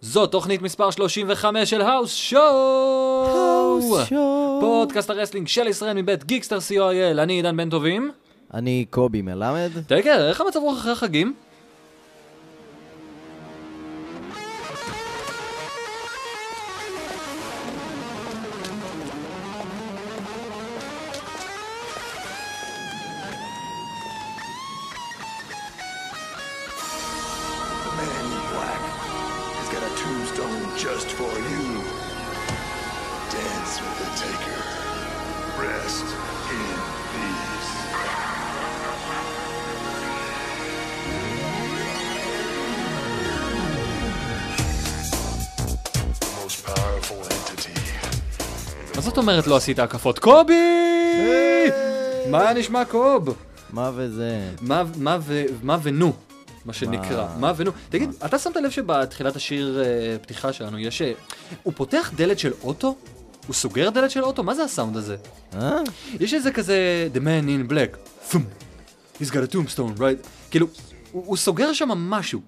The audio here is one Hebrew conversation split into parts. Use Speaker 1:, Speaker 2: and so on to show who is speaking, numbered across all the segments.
Speaker 1: זו תוכנית מספר 35 של האוס שואו! פודקאסט הרסלינג של ישראל מבית גיקסטר co.il, אני עידן בן טובים.
Speaker 2: אני קובי מלמד.
Speaker 1: תגר, איך המצב רוח אחרי החגים?
Speaker 3: The man in black has got a tombstone just for you. Dance with the Taker. Rest in peace. The most powerful entity.
Speaker 1: מה זאת אומרת לא עשית הקפות? קובי! מה נשמע קוב?
Speaker 2: מה וזה?
Speaker 1: מה- מה ו- מה ונו, מה שנקרא. מה ונו. תגיד, אתה שמת לב שבתחילת השיר אה, פתיחה שלנו יש... אה, הוא פותח דלת של אוטו? הוא סוגר דלת של אוטו? מה זה הסאונד הזה?
Speaker 2: אה?
Speaker 1: יש איזה כזה The man in black. פום. He's got a tombstone, right? כאילו, הוא, הוא סוגר שם משהו.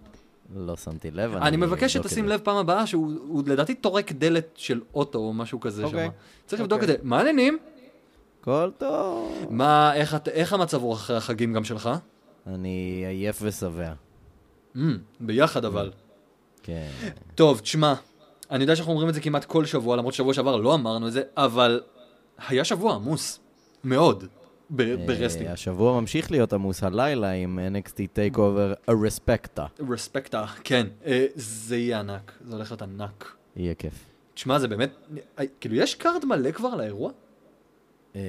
Speaker 2: לא שמתי לב. לא
Speaker 1: אני מבקש
Speaker 2: אבדוק
Speaker 1: שתשים
Speaker 2: את זה.
Speaker 1: לב פעם הבאה שהוא הוא לדעתי טורק דלת של אוטו או משהו כזה שם.
Speaker 2: אוקיי.
Speaker 1: צריך לבדוק את זה.
Speaker 2: אוקיי.
Speaker 1: מה העניינים?
Speaker 2: כל טוב.
Speaker 1: מה, איך את- איך המצב רוח אחרי החגים גם שלך?
Speaker 2: אני עייף ושבע.
Speaker 1: Mm, ביחד אבל.
Speaker 2: כן.
Speaker 1: טוב, תשמע, אני יודע שאנחנו אומרים את זה כמעט כל שבוע, למרות שבוע שעבר לא אמרנו את זה, אבל היה שבוע עמוס. מאוד. ב- ברסטינג.
Speaker 2: אה, השבוע ממשיך להיות עמוס הלילה עם NXT Takeover A Respecta.
Speaker 1: רספקטה, כן. אה, זה יהיה ענק. זה הולך להיות ענק.
Speaker 2: יהיה כיף.
Speaker 1: תשמע, זה באמת, אה, כאילו, יש קארד מלא כבר לאירוע?
Speaker 2: אה,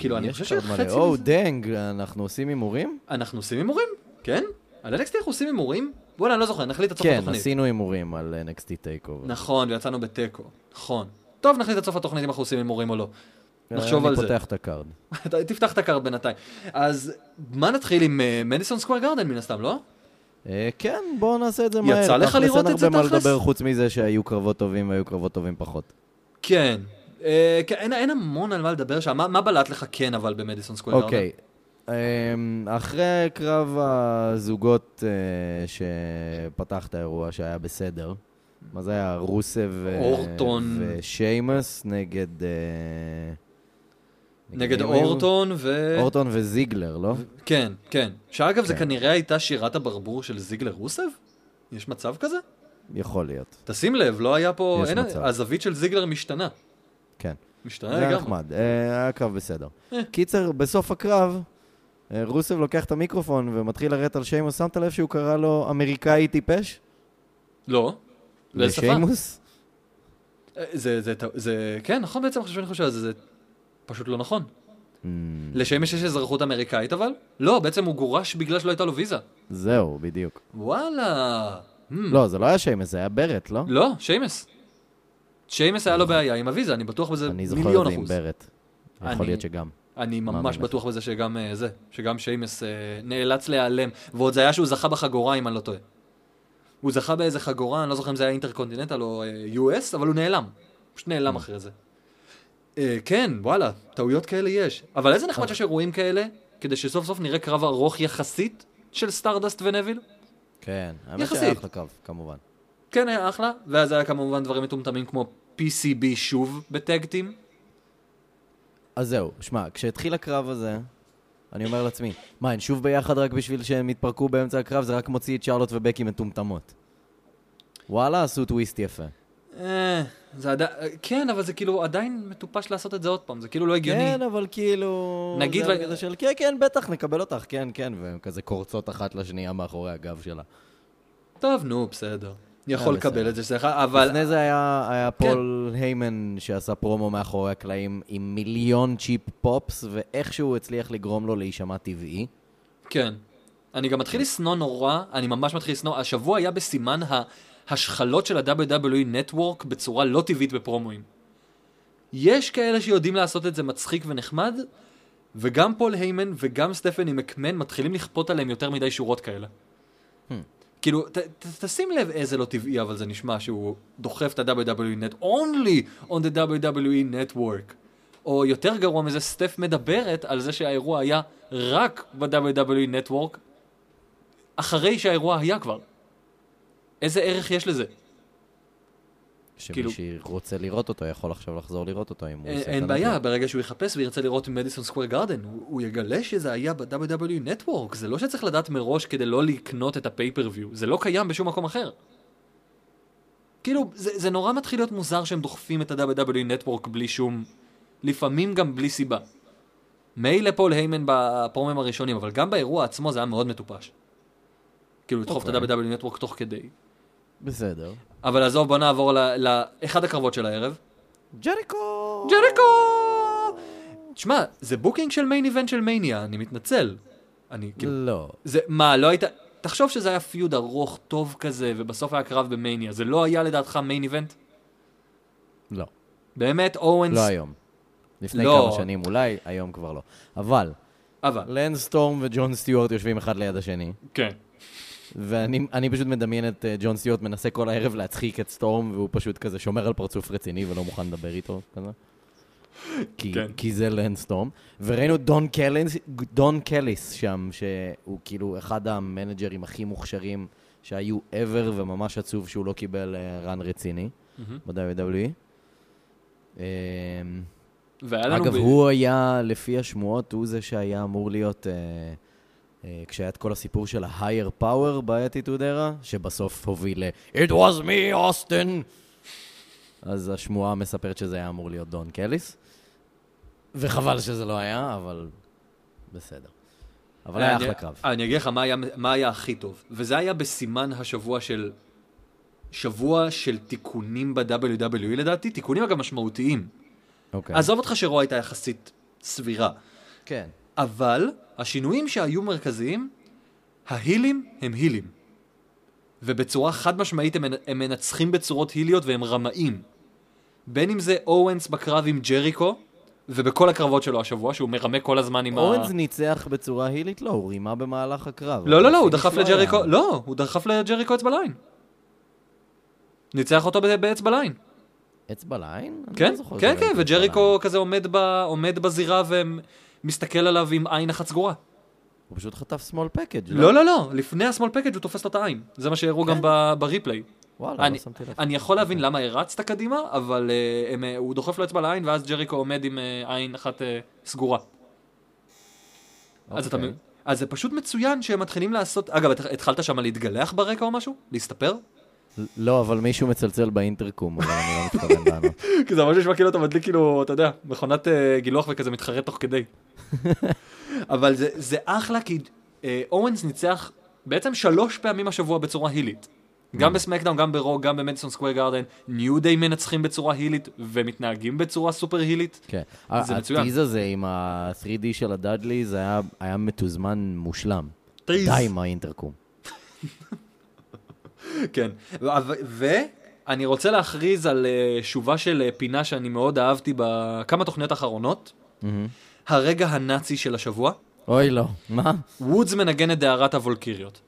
Speaker 1: כאילו, אני
Speaker 2: יש
Speaker 1: חושב
Speaker 2: עוד מלא.
Speaker 1: שחצי
Speaker 2: או,
Speaker 1: מזה-
Speaker 2: דנג, אנחנו עושים הימורים?
Speaker 1: אנחנו עושים הימורים? כן? על NXT אנחנו עושים הימורים? וואלה, אני לא זוכר, נחליט עד סוף
Speaker 2: כן,
Speaker 1: התוכנית.
Speaker 2: עשינו הימורים על NXT Takeover.
Speaker 1: נכון, ויצאנו בתיקו. נכון. טוב, נחליט עד סוף התוכנית אם אנחנו עושים הימורים או לא. נחשוב על
Speaker 2: אה, אני
Speaker 1: זה.
Speaker 2: פותח את הקארד.
Speaker 1: אתה- תפתח את הקארד בינתיים. אז מה נתחיל עם אה, מדיסון סקוויר גרדן מן הסתם, לא?
Speaker 2: אה, כן, בואו נעשה את זה מהר.
Speaker 1: לך
Speaker 2: תכלס,
Speaker 1: לראות את זה,
Speaker 2: אין הרבה
Speaker 1: תכלס?
Speaker 2: מה לדבר חוץ מזה שהיו קרבות טובים והיו קרבות טובים פחות.
Speaker 1: כן. אה, כן, אין- אין המון על מה לדבר שם. מה- מה בלט לך כן אבל במדיסון סקוויר גרדן?
Speaker 2: אוקיי. אמ, אחרי קרב הזוגות אה, שפתח את האירוע, שהיה בסדר, מה זה היה? רוסב אה,
Speaker 1: אורטון.
Speaker 2: ושיימס נגד... אה,
Speaker 1: נגד
Speaker 2: מי היו?
Speaker 1: אורטון ו...
Speaker 2: אורטון וזיגלר, לא?
Speaker 1: כן, כן. שאגב, זה
Speaker 2: כן.
Speaker 1: כנראה הייתה שירת הברבור של זיגלר רוסב? יש מצב כזה?
Speaker 2: יכול להיות,
Speaker 1: תשים לב, לא היה פה...
Speaker 2: יש
Speaker 1: אין-
Speaker 2: מצב.
Speaker 1: הזווית של זיגלר משתנה.
Speaker 2: כן.
Speaker 1: משתנה
Speaker 2: זה
Speaker 1: לגמרי.
Speaker 2: היה נחמד, אה, היה קרב בסדר. קיצר, בסוף הקרב, אה, רוסב לוקח את המיקרופון ומתחיל לרדת על שיימוס, שמת לב שהוא קרא לו אמריקאי טיפש?
Speaker 1: לא. לאיזה שפה?
Speaker 2: לשיימוס?
Speaker 1: אה, זה, זה, טע- זה, כן, נכון בעצם, עכשיו שאני חושב על זה, זה פשוט לא נכון.
Speaker 2: Mm,
Speaker 1: לשמש יש אזרחות אמריקאית אבל? לא, בעצם הוא גורש בגלל שלא הייתה לו ויזה.
Speaker 2: זהו, בדיוק.
Speaker 1: וואלה. Hmm.
Speaker 2: לא, זה לא היה שיימס, זה היה ברט, לא?
Speaker 1: לא, שיימס. שיימס היה לו בעיה עם הוויזה, אני בטוח בזה
Speaker 2: אני זוכר
Speaker 1: לא, מיליון
Speaker 2: את זה עם
Speaker 1: אחוז.
Speaker 2: ברט.
Speaker 1: אני-
Speaker 2: יכול להיות שגם.
Speaker 1: אני
Speaker 2: מאמין
Speaker 1: ממש
Speaker 2: לך.
Speaker 1: בטוח בזה שגם אה, זה, שגם שיימס אה, נאלץ להיעלם, ועוד זה היה שהוא זכה בחגורה אם אני לא טועה. הוא זכה באיזה חגורה, אני לא זוכר אם זה היה אינטרקונטיננטל או אה, US, אבל הוא נעלם. פשוט נעלם אחרי זה. אה, כן, וואלה, טעויות כאלה יש. אבל איזה נחמד שיש אירועים כאלה, כדי שסוף סוף נראה קרב ארוך יחסית של סטארדסט ונביל.
Speaker 2: כן, האמת
Speaker 1: יחסית.
Speaker 2: שהיה אחלה קרב, כמובן.
Speaker 1: כן, היה אחלה, ואז היה כמובן דברים מטומטמים כמו PCB שוב בטקטים.
Speaker 2: אז זהו, שמע, כשהתחיל הקרב הזה, אני אומר לעצמי, מה, הם שוב ביחד רק בשביל שהם יתפרקו באמצע הקרב? זה רק מוציא את שרלוט ובקי מטומטמות. וואלה, עשו טוויסט יפה.
Speaker 1: אה, זה עדיין, כן, אבל זה כאילו עדיין מטופש לעשות את זה עוד פעם, זה כאילו לא הגיוני.
Speaker 2: כן, אבל כאילו...
Speaker 1: נגיד
Speaker 2: זה
Speaker 1: ו-
Speaker 2: היה כזה של, כן, כן, בטח, נקבל אותך, כן, כן, והן כזה קורצות אחת לשנייה מאחורי הגב שלה.
Speaker 1: טוב, נו, בסדר. יכול
Speaker 2: אה, בסדר.
Speaker 1: לקבל את זה שלך, אבל... כן.
Speaker 2: לפני זה היה, היה פול היימן שעשה פרומו מאחורי הקלעים עם מיליון צ'יפ פופס, ואיכשהו הצליח לגרום לו להישמע טבעי.
Speaker 1: כן. אני גם מתחיל לשנוא נורא, אני ממש מתחיל לשנוא. השבוע היה בסימן ההשחלות של ה-WWE Network בצורה לא טבעית בפרומואים. יש כאלה שיודעים לעשות את זה מצחיק ונחמד, וגם פול היימן וגם סטפני מקמן מתחילים לכפות עליהם יותר מדי שורות כאלה. כאילו, ת, ת, תשים לב איזה לא טבעי, אבל זה נשמע שהוא דוחף את ה-WWE Net, only on the WWE Network. או יותר גרוע מזה, סטף מדברת על זה שהאירוע היה רק ב-WWE Network, אחרי שהאירוע היה כבר. איזה ערך יש לזה? כאילו-
Speaker 2: שמי שרוצה לראות אותו יכול עכשיו לחזור לראות אותו אם הוא
Speaker 1: אין
Speaker 2: עושה את
Speaker 1: אה, אין
Speaker 2: הנדל"ן.
Speaker 1: בעיה, ברגע שהוא יחפש וירצה לראות מדיסון סקוויר גארדן, הוא הוא יגלה שזה היה ב-WW נטוורק, זה לא שצריך לדעת מראש כדי לא לקנות את הפייפריוויו, זה לא קיים בשום מקום אחר. כאילו, זה, זה נורא מתחיל להיות מוזר שהם דוחפים את ה-WW נטוורק בלי שום, לפעמים גם בלי סיבה. מילא פול היימן בפרומים הראשונים, אבל גם באירוע עצמו זה היה מאוד מטופש. כאילו, לדחוף את
Speaker 2: אוקיי.
Speaker 1: ה-WW נטוורק תוך כדי.
Speaker 2: בסדר.
Speaker 1: אבל עזוב, בוא נעבור לאחד הקרבות של הערב.
Speaker 2: ג'ריקו!
Speaker 1: ג'ריקו! תשמע, זה בוקינג של מיין איבנט של מניה, אני מתנצל. אני כאילו...
Speaker 2: לא.
Speaker 1: זה, מה, לא היית... תחשוב שזה היה פיוד ארוך, טוב כזה, ובסוף היה קרב במניה. זה לא היה לדעתך מיין איבנט?
Speaker 2: לא.
Speaker 1: באמת, אורנס...
Speaker 2: לא היום. לפני
Speaker 1: לא.
Speaker 2: כמה שנים אולי, היום כבר לא. אבל,
Speaker 1: אבל,
Speaker 2: לן סטורם וג'ון סטיוארט יושבים אחד ליד השני,
Speaker 1: כן.
Speaker 2: ואני אני פשוט מדמיין את אה, ג'ון סטיוארט מנסה כל הערב להצחיק את סטורם, והוא פשוט כזה שומר על פרצוף רציני ולא מוכן לדבר איתו, כזה. כי,
Speaker 1: כן.
Speaker 2: כי זה לן סטורם. וראינו את דון קליס, דון קליס שם, שהוא כאילו אחד המנג'רים הכי מוכשרים שהיו ever, וממש עצוב שהוא לא קיבל אה, רן רציני ב-WWE. אמ,
Speaker 1: והיה לנו...
Speaker 2: אגב,
Speaker 1: ב-
Speaker 2: הוא היה, לפי השמועות, הוא זה שהיה אמור להיות, אה, אה, כשהיה את כל הסיפור של ה-higher power ב-attitude era, שבסוף הוביל ל- It was me, אוסטן! אז השמועה מספרת שזה היה אמור להיות דון קליס, וחבל שזה לא היה, אבל בסדר. אבל היה
Speaker 1: אה, אני-
Speaker 2: אחלה קרב.
Speaker 1: אני אגיד לך מה היה- מה היה הכי טוב, וזה היה בסימן השבוע של... שבוע של תיקונים ב-WWE לדעתי, תיקונים אגב משמעותיים.
Speaker 2: אוקיי.
Speaker 1: עזוב אותך שרוע הייתה יחסית סבירה.
Speaker 2: כן.
Speaker 1: אבל השינויים שהיו מרכזיים, ההילים הם הילים. ובצורה חד משמעית הם, הם מנצחים בצורות היליות והם רמאים. בין אם זה אורנס בקרב עם ג'ריקו, ובכל הקרבות שלו השבוע, שהוא מרמה כל הזמן עם ה...
Speaker 2: אורנס ניצח בצורה הילית? לא, הוא רימה במהלך הקרב.
Speaker 1: לא, לא, לא, הוא
Speaker 2: הפיניש
Speaker 1: דחף
Speaker 2: לא היה.
Speaker 1: לג'ריקו, לא, הוא דחף לג'ריקו אצבע ליין. ניצח אותו ב- באצבע ליין.
Speaker 2: אצבע ליין? אני
Speaker 1: כן,
Speaker 2: לא זוכר
Speaker 1: כן,
Speaker 2: שראיתי
Speaker 1: כן,
Speaker 2: אצבע ליין.
Speaker 1: וג'ריקו כזה עומד, ב, עומד בזירה ומסתכל עליו עם עין אחת סגורה.
Speaker 2: הוא פשוט חטף שמאל פקאג',
Speaker 1: לא, לא, לא, לפני ה-small package הוא תופס לו את העין. זה מה שהראו גם ב- בריפליי.
Speaker 2: וואלה,
Speaker 1: אני,
Speaker 2: לא שמתי לב.
Speaker 1: אני יכול להבין למה הרצת קדימה, אבל uh, הם, uh, הוא דוחף לו אצבע לעין, ואז ג'ריקו עומד עם uh, עין אחת uh, סגורה. אז, אתה, מ-
Speaker 2: אוקיי.
Speaker 1: אז זה פשוט מצוין שהם מתחילים לעשות... אגב, אתה- התחלת שם להתגלח ברקע או משהו? להסתפר?
Speaker 2: לא, אבל מישהו מצלצל באינטרקום, אבל אני לא מתכוון לענות.
Speaker 1: כי זה ממש נשמע כאילו אתה מדליק כאילו, אתה יודע, מכונת אה, גילוח וכזה מתחרט תוך כדי. אבל זה, זה אחלה, כי אה, אורנס ניצח בעצם שלוש פעמים השבוע בצורה הילית. גם בסמקדאון, גם ברו, גם במדיסון סקוויר גארדן. ניו דיי מנצחים בצורה הילית ומתנהגים בצורה סופר הילית.
Speaker 2: כן.
Speaker 1: זה מצוין.
Speaker 2: הטיז הזה עם ה-3D של הדאדלי, זה היה- היה מתוזמן מושלם.
Speaker 1: טיז.
Speaker 2: די עם האינטרקום.
Speaker 1: כן. ו- ואני רוצה להכריז על אה, שובה של אה, פינה שאני מאוד אהבתי בכמה תוכניות האחרונות. הרגע הנאצי של השבוע.
Speaker 2: אוי, לא. מה?
Speaker 1: וודס מנגן את דהרת הוולקיריות.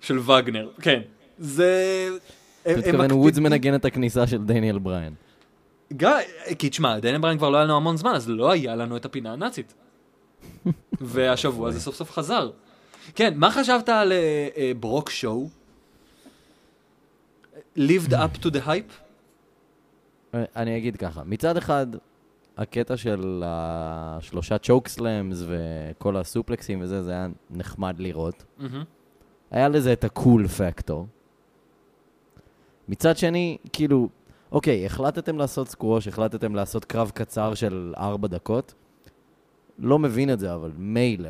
Speaker 1: של וגנר, כן. זה...
Speaker 2: אתה מתכוון, וודס מנגן את הכניסה של דניאל בריין.
Speaker 1: גם, כי תשמע, דנבריין כבר לא היה לנו המון זמן, אז לא היה לנו את הפינה הנאצית. והשבוע זה סוף סוף חזר. כן, מה חשבת על אה, אה, ברוק שואו? lived up to the hype?
Speaker 2: אה, אני אגיד ככה, מצד אחד, הקטע של השלושה צ'וק סלאמס וכל הסופלקסים וזה, זה היה נחמד לראות.
Speaker 1: מהמם.
Speaker 2: היה לזה את הקול פקטור. מצד שני, כאילו, אוקיי, החלטתם לעשות סקווש, החלטתם לעשות קרב קצר של ארבע דקות. לא מבין את זה, אבל מילא.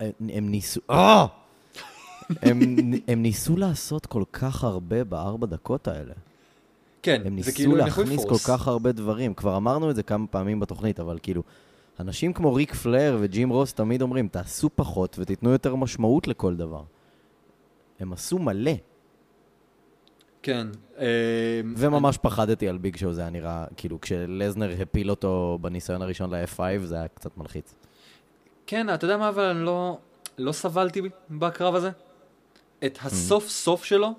Speaker 2: הם- הם ניסו... אה! הם, הם ניסו לעשות כל כך הרבה בארבע דקות האלה.
Speaker 1: כן,
Speaker 2: הם
Speaker 1: זה
Speaker 2: ניסו
Speaker 1: כאילו
Speaker 2: להכניס
Speaker 1: ניחוי
Speaker 2: כל
Speaker 1: פורס.
Speaker 2: כך הרבה דברים. כבר אמרנו את זה כמה פעמים בתוכנית, אבל כאילו, אנשים כמו ריק פלר וג'ים רוס תמיד אומרים, תעשו פחות ותיתנו יותר משמעות לכל דבר. הם עשו מלא,
Speaker 1: כן. אה,
Speaker 2: וממש פחדתי על ביג שואו, זה היה נראה, כאילו, כשלזנר הפיל אותו בניסיון הראשון ל-F5, זה היה קצת מלחיץ.
Speaker 1: כן, אתה יודע מה, אבל אני לא, לא סבלתי בקרב הזה? את הסוף סוף שלו,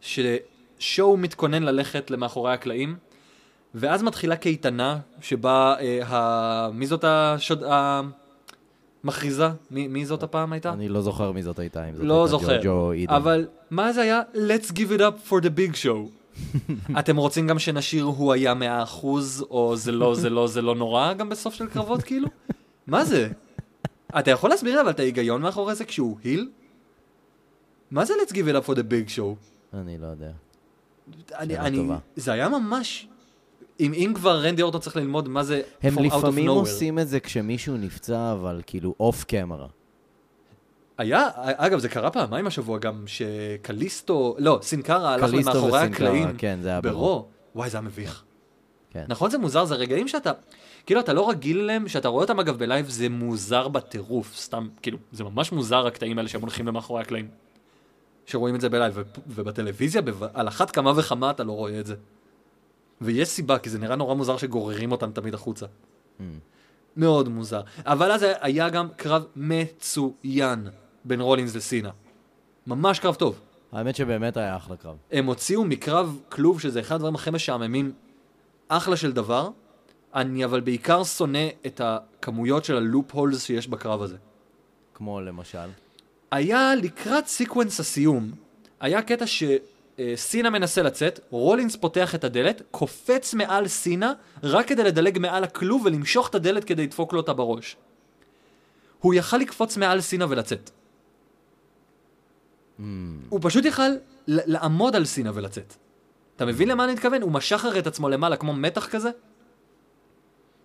Speaker 1: ששואו מתכונן ללכת למאחורי הקלעים, ואז מתחילה קייטנה, שבה, אה, ה... מי זאת השוד... המכריזה? מי, מי זאת הפעם הייתה?
Speaker 2: אני לא זוכר מי זאת הייתה, אם זאת
Speaker 1: לא
Speaker 2: הייתה
Speaker 1: זוכר.
Speaker 2: ג'ו ג'ו או אידן.
Speaker 1: אבל מה זה היה? Let's give it up for the big show. אתם רוצים גם שנשיר הוא היה 100% או זה לא, זה לא, זה לא נורא גם בסוף של קרבות כאילו? מה זה? אתה יכול להסביר לי אבל את ההיגיון מאחורי זה כשהוא היל? מה זה let's give it up for the big show?
Speaker 2: אני לא יודע.
Speaker 1: אני,
Speaker 2: שאלה
Speaker 1: אני,
Speaker 2: טובה.
Speaker 1: זה היה ממש... אם, אם כבר רנדי אורטון צריך ללמוד מה זה
Speaker 2: הם
Speaker 1: from out of
Speaker 2: לפעמים
Speaker 1: nowhere.
Speaker 2: עושים את זה כשמישהו נפצע, אבל כאילו אוף קמרה.
Speaker 1: היה, אגב, זה קרה פעמיים השבוע גם, שקליסטו, לא, סינקרה הלך
Speaker 2: קליסטו
Speaker 1: למאחורי
Speaker 2: וסינקרה,
Speaker 1: הקלעים.
Speaker 2: כן, זה היה
Speaker 1: ברו. וואי, זה היה מביך.
Speaker 2: כן.
Speaker 1: נכון זה מוזר, זה רגעים שאתה, כאילו אתה לא רגיל אליהם, שאתה רואה אותם אגב בלייב, זה מוזר בטירוף, סתם, כאילו, זה ממש מוזר הקטעים האלה שהם הולכים למאחורי הקלעים. שרואים את זה בלייב, ו- ובטלוויזיה, בב- על אחת כמה וכמה אתה לא רואה את זה. ויש סיבה, כי זה נראה נורא מוזר שגוררים אותם תמיד החוצה. מאוד מוזר. אבל אז היה גם קרב מצוין בין רולינס לסינה. ממש קרב טוב.
Speaker 2: האמת שבאמת היה אחלה קרב.
Speaker 1: הם הוציאו מקרב כלוב, שזה אחד הדברים הכי משעממים, אחלה של דבר. אני אבל בעיקר שונא את הכמויות של הלופ הולס שיש בקרב הזה.
Speaker 2: כמו למשל.
Speaker 1: היה לקראת סיקוונס הסיום, היה קטע שסינה מנסה לצאת, רולינס פותח את הדלת, קופץ מעל סינה, רק כדי לדלג מעל הכלוב ולמשוך את הדלת כדי לדפוק לו אותה בראש. הוא יכל לקפוץ מעל סינה ולצאת.
Speaker 2: Hmm.
Speaker 1: הוא פשוט יכל ל- לעמוד על סינה ולצאת. אתה
Speaker 2: Hmm.
Speaker 1: מבין למה אני מתכוון? הוא משך הרי את עצמו למעלה כמו מתח כזה,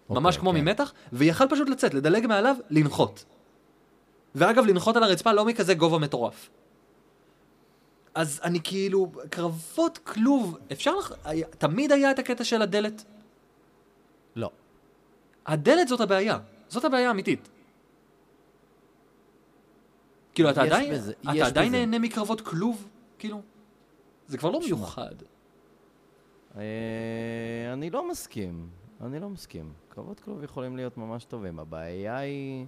Speaker 1: ממש כמו
Speaker 2: אוקיי, כן.
Speaker 1: ממתח, ויכל פשוט לצאת, לדלג מעליו, לנחות. ואגב, לנחות על הרצפה לא מכזה גובה מטורף. אז אני כאילו, קרבות כלוב, אפשר לך, היה- תמיד היה את הקטע של הדלת.
Speaker 2: לא.
Speaker 1: הדלת זאת הבעיה, זאת הבעיה האמיתית. כאילו, אתה
Speaker 2: יש
Speaker 1: עדיין,
Speaker 2: בזה- יש
Speaker 1: אתה עדיין
Speaker 2: בזה.
Speaker 1: נהנה מקרבות כלוב, כאילו, זה כבר לא
Speaker 2: שמע.
Speaker 1: מיוחד.
Speaker 2: אה, אני לא מסכים. אני לא מסכים. קרבות כלוב יכולים להיות ממש טובים. הבעיה היא...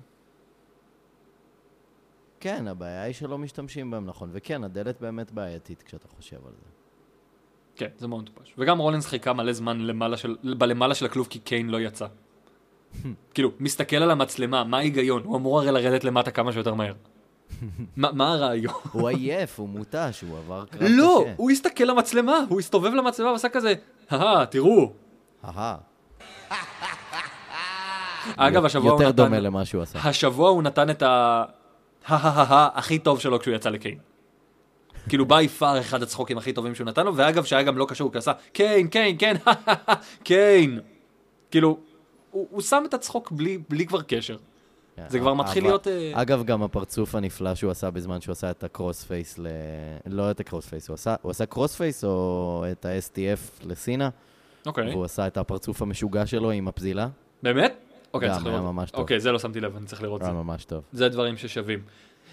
Speaker 2: כן, הבעיה היא שלא משתמשים בהם נכון. וכן, הדלת באמת בעייתית כשאתה חושב על זה.
Speaker 1: כן, זה מאוד מטופש. וגם רולינס חיכה מלא זמן למעלה של, בלמעלה של הכלוב כי קיין לא יצא. כאילו, מסתכל על המצלמה, מה ההיגיון? הוא אמור הרי לרדת למטה כמה שיותר מהר. מה, מה הרעיון?
Speaker 2: הוא עייף, הוא מותש, הוא עבר קרב קשה.
Speaker 1: לא, הוא הסתכל למצלמה, הוא הסתובב למצלמה ועשה כזה, אהה, תראו.
Speaker 2: אהה.
Speaker 1: אגב, השבוע הוא
Speaker 2: יותר
Speaker 1: נתן...
Speaker 2: דומה למה שהוא עשה.
Speaker 1: השבוע הוא נתן את ה... ההההה הכי טוב שלו כשהוא יצא לקיין. כאילו ביי פאר אחד הצחוקים הכי טובים שהוא נתן לו, ואגב שהיה גם לא קשור, כי הוא עשה קיין, קיין, קיין, קיין. כאילו, הוא, הוא שם את הצחוק בלי, בלי כבר קשר.
Speaker 2: כן,
Speaker 1: זה כבר
Speaker 2: אבל-
Speaker 1: מתחיל להיות, אה,
Speaker 2: אגב, גם הפרצוף הנפלא שהוא עשה בזמן שהוא עשה את הקרוס פייס ל... לא את הקרוס פייס, הוא עשה, הוא עשה קרוס פייס או את ה-STF לסינה,
Speaker 1: אוקיי,
Speaker 2: והוא עשה את הפרצוף המשוגע שלו עם הפזילה.
Speaker 1: באמת? אוקיי,
Speaker 2: גם,
Speaker 1: צריך
Speaker 2: היה
Speaker 1: לראות.
Speaker 2: ממש טוב.
Speaker 1: אוקיי, זה לא שמתי לב, אני צריך לראות את
Speaker 2: היה
Speaker 1: זה.
Speaker 2: ממש טוב.
Speaker 1: זה דברים ששווים.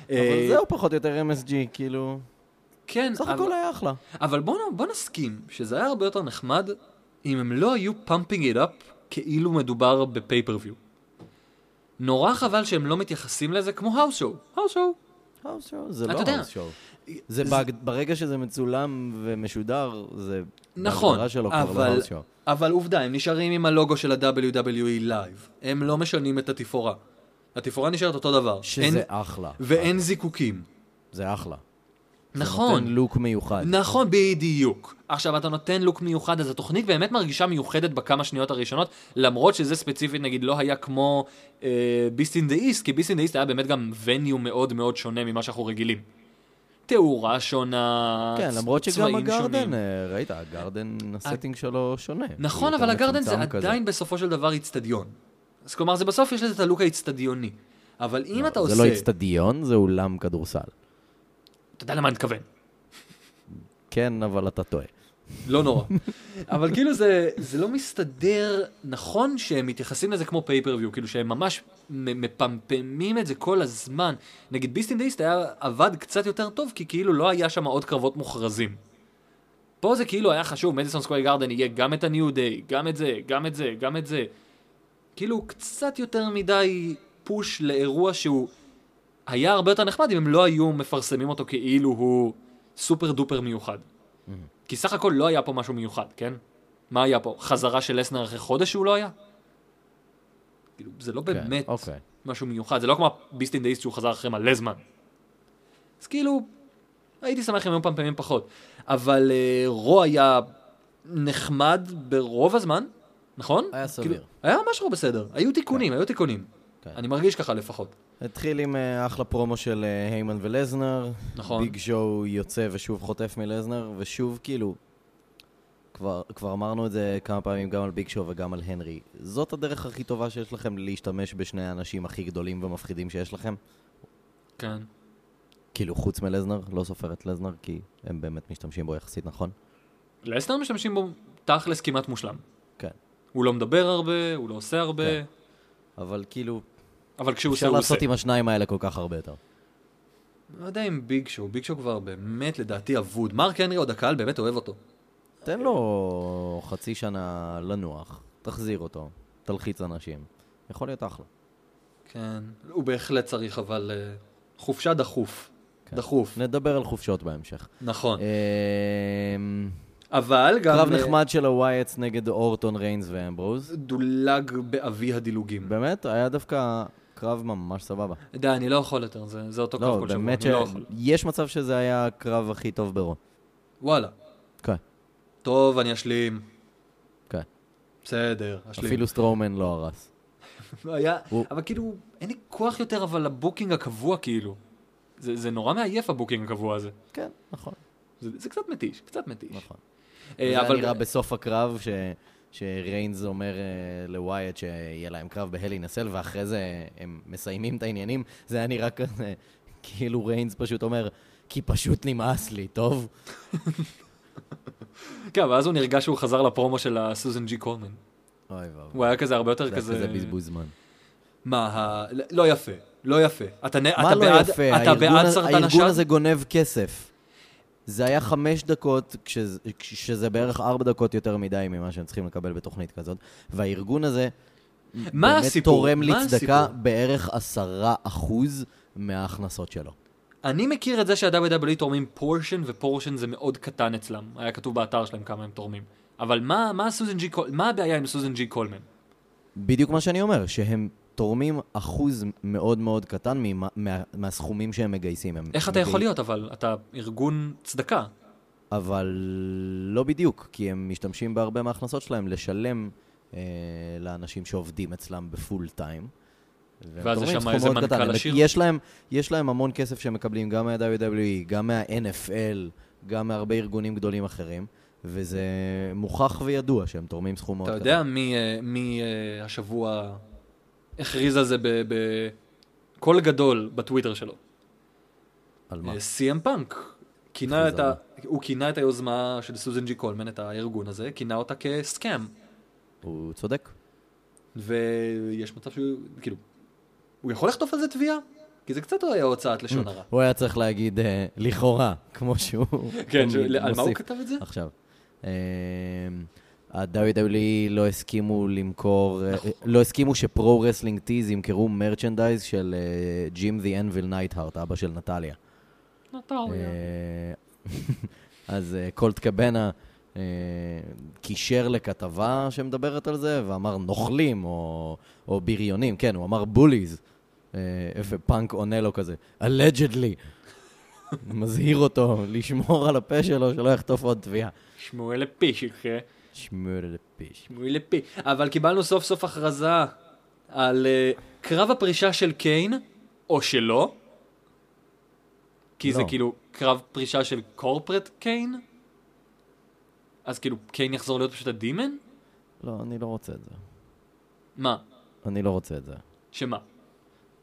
Speaker 2: אבל
Speaker 1: אה,
Speaker 2: זהו פחות או יותר MSG, כאילו...
Speaker 1: כן,
Speaker 2: סך
Speaker 1: אבל-
Speaker 2: הכל היה אחלה.
Speaker 1: אבל בוא, נ- בוא נסכים שזה היה הרבה יותר נחמד אם הם לא היו pumping it up כאילו מדובר בפייפריוויו. נורא חבל שהם לא מתייחסים לזה כמו האוס שואו. האוס שואו.
Speaker 2: האוס שואו, זה
Speaker 1: אתה
Speaker 2: לא
Speaker 1: יודע.
Speaker 2: האוס שואו. זה בהג- ברגע שזה מצולם ומשודר, זה...
Speaker 1: נכון,
Speaker 2: בהגדרה שלו כבר לא
Speaker 1: אבל,
Speaker 2: האוס שואו.
Speaker 1: אבל עובדה, הם נשארים עם הלוגו של ה-WWE Live. הם לא משנים את התפאורה. התפאורה נשארת אותו דבר. אין,
Speaker 2: שזה אחלה.
Speaker 1: ואין זיקוקים.
Speaker 2: זה אחלה. זה
Speaker 1: נכון.
Speaker 2: נותן לוק מיוחד.
Speaker 1: נכון, בדיוק. עכשיו, אתה נותן לוק מיוחד, אז התוכנית באמת מרגישה מיוחדת בכמה שניות הראשונות, למרות שזה ספציפית, נגיד, לא היה כמו אה, ביסט אין דה איסט, כי ביסט אין דה איסט היה באמת גם וניו מאוד מאוד שונה ממה שאנחנו רגילים. תאורה שונה,
Speaker 2: כן,
Speaker 1: צ-
Speaker 2: למרות שגם
Speaker 1: צבעים
Speaker 2: הגרדן,
Speaker 1: שונים.
Speaker 2: אה, ראית, הגרדן, הסטינג שלו שונה.
Speaker 1: נכון,
Speaker 2: הוא
Speaker 1: אבל
Speaker 2: יותר
Speaker 1: הגרדן זה
Speaker 2: מצומצם כזה.
Speaker 1: עדיין בסופו של דבר איצטדיון. אז כלומר, זה בסוף יש לזה את הלוק האיצטדיוני. אבל אם אתה עושה...
Speaker 2: זה לא אצטדיון, זה אולם כדורסל.
Speaker 1: אתה יודע למה אני מתכוון.
Speaker 2: כן, אבל אתה טועה.
Speaker 1: לא נורא. אבל כאילו זה, זה לא מסתדר נכון שהם מתייחסים לזה כמו פייפריוויו, כאילו שהם ממש מ- מפמפמים את זה כל הזמן. נגיד ביסטין דאיסט היה עבד קצת יותר טוב, כי כאילו לא היה שם עוד קרבות מוכרזים. פה זה כאילו היה חשוב, מדיסון סקווי גרדן יהיה גם את הניו דיי, גם את זה, גם את זה, גם את זה. כאילו קצת יותר מדי פוש לאירוע שהוא היה הרבה יותר נחמד אם הם לא היו מפרסמים אותו כאילו הוא סופר דופר מיוחד.
Speaker 2: Mm-hmm.
Speaker 1: כי סך הכל לא היה פה משהו מיוחד, כן? מה היה פה? חזרה של לסנר אחרי חודש שהוא לא היה? כאילו, זה לא
Speaker 2: כן,
Speaker 1: באמת
Speaker 2: אוקיי.
Speaker 1: משהו מיוחד, זה לא כמו ביסטין דאיסט שהוא חזר אחרי מלא זמן. אז כאילו, הייתי שמח אם היו מפמפמים פחות. אבל אה, רו היה נחמד ברוב הזמן, נכון?
Speaker 2: היה סביר.
Speaker 1: כאילו, היה ממש לא בסדר. היו תיקונים, היו תיקונים.
Speaker 2: כן.
Speaker 1: אני מרגיש ככה לפחות.
Speaker 2: התחיל עם אה, אחלה פרומו של אה, היימן ולזנר.
Speaker 1: נכון.
Speaker 2: ביג שואו יוצא ושוב חוטף מלזנר, ושוב כאילו... כבר, כבר אמרנו את זה כמה פעמים גם על ביג שואו וגם על הנרי. זאת הדרך הכי טובה שיש לכם להשתמש בשני האנשים הכי גדולים ומפחידים שיש לכם.
Speaker 1: כן.
Speaker 2: כאילו, חוץ מלזנר, לא סופר את לזנר, כי הם באמת משתמשים בו יחסית נכון.
Speaker 1: לסנר משתמשים בו תכלס כמעט מושלם.
Speaker 2: כן.
Speaker 1: הוא לא מדבר הרבה, הוא לא עושה הרבה,
Speaker 2: כן. אבל כאילו,
Speaker 1: אבל כשהוא עושה,
Speaker 2: אפשר
Speaker 1: הוא
Speaker 2: לעשות
Speaker 1: עושה.
Speaker 2: עם השניים האלה כל כך הרבה יותר.
Speaker 1: לא יודע אם ביג שואו, ביג שואו כבר באמת לדעתי אבוד. מרק הנרי עוד הקהל באמת אוהב אותו.
Speaker 2: תן לו חצי שנה לנוח, תחזיר אותו, תלחיץ אנשים. יכול להיות אחלה.
Speaker 1: כן. הוא בהחלט צריך, אבל אה, חופשה דחוף.
Speaker 2: כן.
Speaker 1: דחוף.
Speaker 2: נדבר על חופשות בהמשך.
Speaker 1: נכון.
Speaker 2: אמ,
Speaker 1: אבל גם...
Speaker 2: קרב
Speaker 1: אה,
Speaker 2: נחמד של הווייטס נגד אורטון ריינס ואמברוז.
Speaker 1: דולג באבי הדילוגים.
Speaker 2: באמת, היה דווקא קרב ממש סבבה.
Speaker 1: די, אני לא יכול יותר, זה, זה אותו קרב
Speaker 2: לא,
Speaker 1: כל שבוע,
Speaker 2: באמת
Speaker 1: אני לא יכול.
Speaker 2: שיש מצב שזה היה הקרב הכי טוב ברו.
Speaker 1: וואלה.
Speaker 2: כן,
Speaker 1: טוב, אני אשלים.
Speaker 2: כן.
Speaker 1: בסדר, אשלים. לא,
Speaker 2: אפילו סטרומן לא הרס.
Speaker 1: היה,
Speaker 2: הוא-
Speaker 1: אבל כאילו, אין לי כוח יותר, אבל הבוקינג הקבוע כאילו. זה, זה נורא מעייף הבוקינג הקבוע הזה.
Speaker 2: כן, נכון,
Speaker 1: זה, זה קצת מתיש, קצת מתיש.
Speaker 2: נכון.
Speaker 1: אה,
Speaker 2: זה
Speaker 1: אבל-
Speaker 2: נראה בסוף הקרב ש... שריינז אומר אה, לווייט שיהיה להם קרב בהלי נסל, ואחרי זה הם מסיימים את העניינים. זה היה נראה כזה, כאילו ריינז פשוט אומר, כי פשוט נמאס לי, טוב?
Speaker 1: כן, ואז הוא נרגש שהוא חזר לפרומו של הסוזן ג'י קולמן.
Speaker 2: אוי ואבוי.
Speaker 1: הוא היה כזה הרבה יותר
Speaker 2: זה היה
Speaker 1: כזה...
Speaker 2: כזה בזבוז זמן.
Speaker 1: מה, ה... לא יפה, לא יפה. אתה, נ...
Speaker 2: מה
Speaker 1: אתה
Speaker 2: לא
Speaker 1: בעד,
Speaker 2: יפה?
Speaker 1: אתה
Speaker 2: הארגון
Speaker 1: בעד
Speaker 2: הזה-
Speaker 1: סרטן השד?
Speaker 2: הארגון הזה גונב כסף. זה היה חמש דקות, כשזה- כשזה בערך ארבע דקות יותר מדי ממה שהם צריכים לקבל בתוכנית כזאת, והארגון הזה
Speaker 1: מה
Speaker 2: באמת
Speaker 1: הסיפור?
Speaker 2: תורם
Speaker 1: מה
Speaker 2: לצדקה
Speaker 1: הסיפור?
Speaker 2: בערך עשרה אחוז מההכנסות שלו.
Speaker 1: אני מכיר את זה שה-WWE תורמים פורשן, ופורשן זה מאוד קטן אצלם. היה כתוב באתר שלהם כמה הם תורמים. אבל מה, מה, סוזן ג'י קול... מה הבעיה עם סוזן ג'י קולמן?
Speaker 2: בדיוק מה שאני אומר, שהם תורמים אחוז מאוד מאוד קטן ממה- מה- מהסכומים שהם מגייסים. הם
Speaker 1: איך אתה יכול
Speaker 2: מגייס-
Speaker 1: להיות, אבל אתה ארגון צדקה.
Speaker 2: אבל לא בדיוק, כי הם משתמשים בהרבה מההכנסות שלהם לשלם אה, לאנשים שעובדים אצלם בפול טיים. והם
Speaker 1: ואז
Speaker 2: תורמים
Speaker 1: יש שם
Speaker 2: סכום
Speaker 1: איזה
Speaker 2: מאוד
Speaker 1: מנכ"ל
Speaker 2: קטן. הם-
Speaker 1: עשיר?
Speaker 2: יש להם, יש להם המון כסף שהם מקבלים גם מה-WWE, גם מה-NFL, גם מהרבה ארגונים גדולים אחרים, וזה מוכח וידוע שהם תורמים סכום מאוד
Speaker 1: אתה
Speaker 2: קטן.
Speaker 1: יודע מי, אה, מי אה, השבוע הכריז על זה בקול גדול בטוויטר שלו? אה,
Speaker 2: על מה?
Speaker 1: סי.אם פאנק. כינה
Speaker 2: הכריז
Speaker 1: את
Speaker 2: על
Speaker 1: ה... הוא כינה את היוזמה של סוזן ג'י קולמן, את הארגון הזה, כינה אותה כסקאם.
Speaker 2: הוא צודק.
Speaker 1: ויש מצב שהוא, כאילו, הוא יכול לחטוף על זה תביעה? כי זה קצת היה הוצאת לשון הרע.
Speaker 2: הוא היה צריך להגיד אה, לכאורה, כמו שהוא
Speaker 1: כן,
Speaker 2: תמיד
Speaker 1: שהוא- על מה הוא
Speaker 2: מוסיף.
Speaker 1: כתב את זה?
Speaker 2: עכשיו. אה, ה-WWE לא הסכימו למכור, אה,
Speaker 1: נכון.
Speaker 2: לא הסכימו שפרו-רסלינג טיז ימכרו מרצ'נדייז של אה, ג'ים די אנוויל נייטהארט, אבא של נטליה. אה, אז אה, קולט קבנה אה, קישר לכתבה שמדברת על זה, ואמר נוכלים או, או בריונים, כן, הוא אמר בוליז. אה, ופאנק עונה לו כזה, allegedly. מזהיר אותו לשמור על הפה שלו, שלא יחטוף עוד תביעה.
Speaker 1: שמואל פישיק,
Speaker 2: שמור לפיש.
Speaker 1: שמואל פי. אבל קיבלנו סוף סוף הכרזה על אה, קרב הפרישה של קיין, או שלא, כי זה
Speaker 2: לא.
Speaker 1: כאילו קרב פרישה של קורפרט קיין, אז כאילו קיין יחזור להיות פשוט הדימן?
Speaker 2: לא, אני לא רוצה את זה.
Speaker 1: מה?
Speaker 2: אני לא רוצה את זה.
Speaker 1: שמה?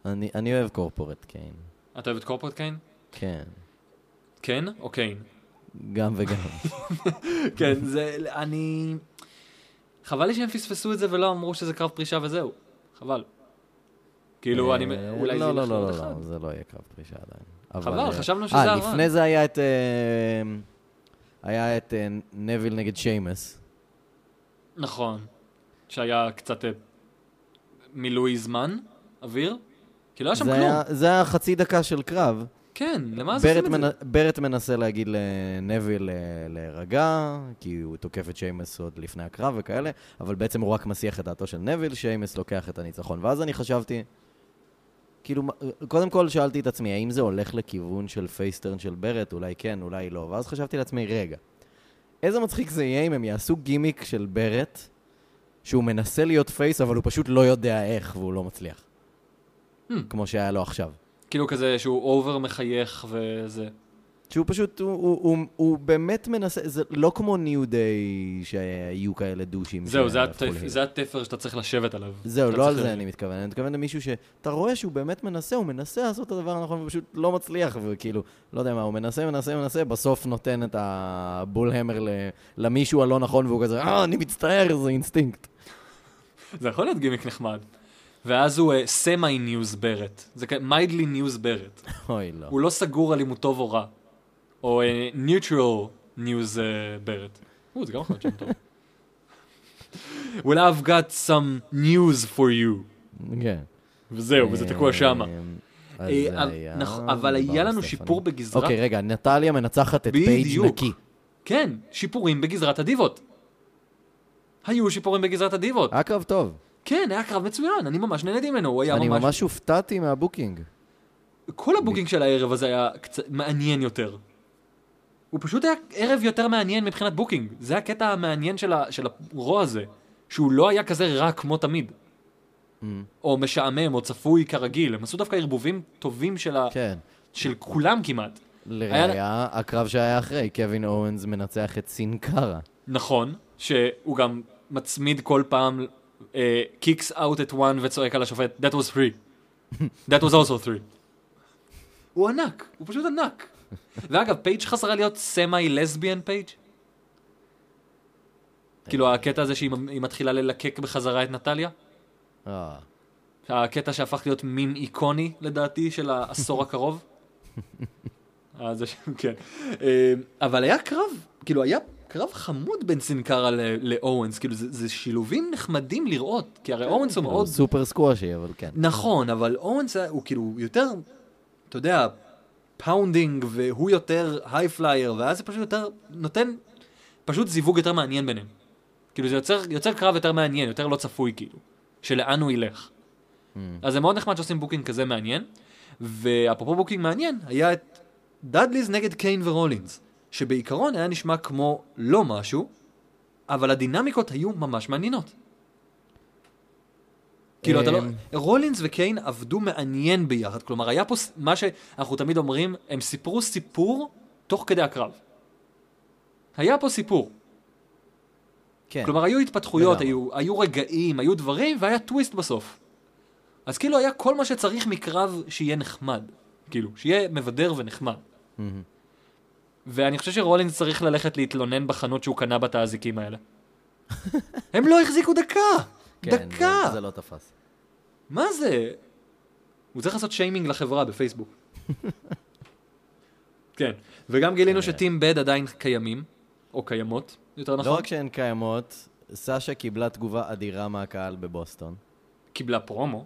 Speaker 2: אני, אני אוהב קורפורט קיין.
Speaker 1: אתה אוהב את קורפרט קיין?
Speaker 2: כן.
Speaker 1: כן או קיין?
Speaker 2: גם וגם.
Speaker 1: כן, זה... אני... חבל לי שהם פספסו את זה ולא אמרו שזה קרב פרישה וזהו. חבל. כאילו, אני...
Speaker 2: אה,
Speaker 1: אולי זה
Speaker 2: לא,
Speaker 1: ילך
Speaker 2: לא,
Speaker 1: לעוד
Speaker 2: לא,
Speaker 1: אחד.
Speaker 2: לא, זה לא יהיה קרב פרישה עדיין. אבל,
Speaker 1: חבל,
Speaker 2: אה,
Speaker 1: חשבנו שזה
Speaker 2: אה,
Speaker 1: הרן.
Speaker 2: לפני זה היה את... אה, היה את אה, נביל נגד שיימס.
Speaker 1: נכון. שהיה קצת אה, מילוי זמן, אוויר. כי לא היה שם
Speaker 2: זה
Speaker 1: כלום.
Speaker 2: היה- זה היה חצי דקה של קרב.
Speaker 1: כן, למה אז
Speaker 2: ברט
Speaker 1: עושים את זה?
Speaker 2: מנ- ברט מנסה להגיד לנביל אה, להירגע, כי הוא תוקף את שיימס עוד לפני הקרב וכאלה, אבל בעצם הוא רק מסיח את דעתו של נביל, שיימס לוקח את הניצחון. ואז אני חשבתי, כאילו, מה- קודם כל שאלתי את עצמי, האם זה הולך לכיוון של פייסטרן של ברט? אולי כן, אולי לא. ואז חשבתי לעצמי, רגע, איזה מצחיק זה יהיה אם הם יעשו גימיק של ברט, שהוא מנסה להיות פייס, אבל הוא פשוט לא יודע איך והוא לא מצליח.
Speaker 1: Hmm.
Speaker 2: כמו שהיה לו עכשיו.
Speaker 1: כאילו כזה שהוא אובר מחייך וזה.
Speaker 2: שהוא פשוט, הוא, הוא, הוא, הוא באמת מנסה, זה לא כמו ניו דיי שהיו כאלה דושים.
Speaker 1: זהו, זה
Speaker 2: שהפכו
Speaker 1: התפר-
Speaker 2: להיט.
Speaker 1: זה התפר שאתה צריך לשבת עליו.
Speaker 2: זהו,
Speaker 1: אתה
Speaker 2: לא על
Speaker 1: צריך-
Speaker 2: זה אני מתכוון, אני מתכוון למישהו שאתה רואה שהוא באמת מנסה, הוא מנסה לעשות את הדבר הנכון ופשוט לא מצליח, וכאילו, לא יודע מה, הוא מנסה, מנסה, מנסה, בסוף נותן את הבולהמר ל- למישהו הלא נכון, והוא כזה, אה, אני מצטער, זה אינסטינקט.
Speaker 1: זה יכול להיות גימיק נחמד. ואז הוא סמי ניוז ברט. זה מיידלי ניוז ברט.
Speaker 2: אוי, לא.
Speaker 1: הוא לא סגור על אם הוא טוב או רע. או אה, ניוטרל ניוז ברט. או, זה גם יכול להיות שם טוב. Well, I've got some news for you.
Speaker 2: כן.
Speaker 1: וזהו, וזה תקוע שמה.
Speaker 2: אה, אז
Speaker 1: אה, אבל-
Speaker 2: היה-
Speaker 1: נכון, אבל היה לנו
Speaker 2: סטפני.
Speaker 1: שיפור בגזרת...
Speaker 2: אוקיי, רגע, נטליה מנצחת את פייג'
Speaker 1: בדיוק.
Speaker 2: נקי.
Speaker 1: כן, שיפורים בגזרת הדיבות. היו שיפורים בגזרת הדיבות.
Speaker 2: היה קרב טוב.
Speaker 1: כן, היה קרב מצוין, אני ממש נהניתי ממנו, הוא היה
Speaker 2: אני
Speaker 1: ממש...
Speaker 2: ממש הופתעתי מהבוקינג.
Speaker 1: כל הבוקינג של הערב הזה היה קצת מעניין יותר. הוא פשוט היה ערב יותר מעניין מבחינת בוקינג. זה הקטע המעניין של, ה... של הרוע הזה, שהוא לא היה כזה רע כמו תמיד. או משעמם, או צפוי כרגיל. הם עשו דווקא ערבובים טובים של, ה...
Speaker 2: כן.
Speaker 1: של כולם כמעט.
Speaker 2: לראיה, הקרב שהיה אחרי, קווין אורנס מנצח את סינקארה.
Speaker 1: נכון, שהוא גם מצמיד כל פעם אה, kicks out at one וצועק על השופט, that was three. that was also three. הוא ענק, הוא פשוט ענק. ואגב, פייג' חזרה להיות סמי לסביאן פייג'? כאילו הקטע הזה שהיא היא מתחילה ללקק בחזרה את נטליה?
Speaker 2: אה,
Speaker 1: הקטע שהפך להיות מים איקוני, לדעתי, של העשור הקרוב. אה, זה ש... כן. אה, אבל היה קרב, כאילו היה קרב חמוד בין סינקרה ל- לאורנס, כאילו זה, זה שילובים נחמדים לראות, כי הרי אורנס הוא
Speaker 2: הוא
Speaker 1: מאוד...
Speaker 2: סופר סקוושי, אבל כן.
Speaker 1: נכון, אבל אורנס היה- הוא כאילו יותר, אתה יודע, פאונדינג, והוא יותר היי פלייר, ואז זה פשוט יותר נותן פשוט זיווג יותר מעניין ביניהם. כאילו זה יוצר, יוצר קרב יותר מעניין, יותר לא צפוי כאילו, שלאן הוא ילך. אז זה מאוד נחמד שעושים בוקינג כזה מעניין, ואפרופו בוקינג מעניין, היה את דאדליז נגד קיין ורולינס, שבעיקרון היה נשמע כמו לא משהו, אבל הדינמיקות היו ממש מעניינות. כאילו אתה לא,
Speaker 2: אמ.
Speaker 1: רולינס וקיין עבדו מעניין ביחד, כלומר היה פה ס- מה שאנחנו תמיד אומרים, הם סיפרו סיפור תוך כדי הקרב. היה פה סיפור.
Speaker 2: כן.
Speaker 1: כלומר, היו התפתחויות,
Speaker 2: לגמרי.
Speaker 1: היו, היו רגעים, היו דברים, והיה טוויסט בסוף. אז כאילו היה כל מה שצריך מקרב שיהיה נחמד. כאילו, שיהיה מבדר ונחמד.
Speaker 2: מהמם.
Speaker 1: ואני חושב שרולינס צריך ללכת להתלונן בחנות שהוא קנה בה את האזיקים האלה. הם לא החזיקו דקה!
Speaker 2: כן,
Speaker 1: דקה!
Speaker 2: זה- זה לא תפס.
Speaker 1: מה זה? הוא צריך לעשות שיימינג לחברה בפייסבוק. כן. וגם גילינו שטים בד עדיין קיימים, או קיימות, יותר נכון.
Speaker 2: לא רק שהן קיימות, סשה קיבלה תגובה אדירה מהקהל בבוסטון.
Speaker 1: קיבלה פרומו.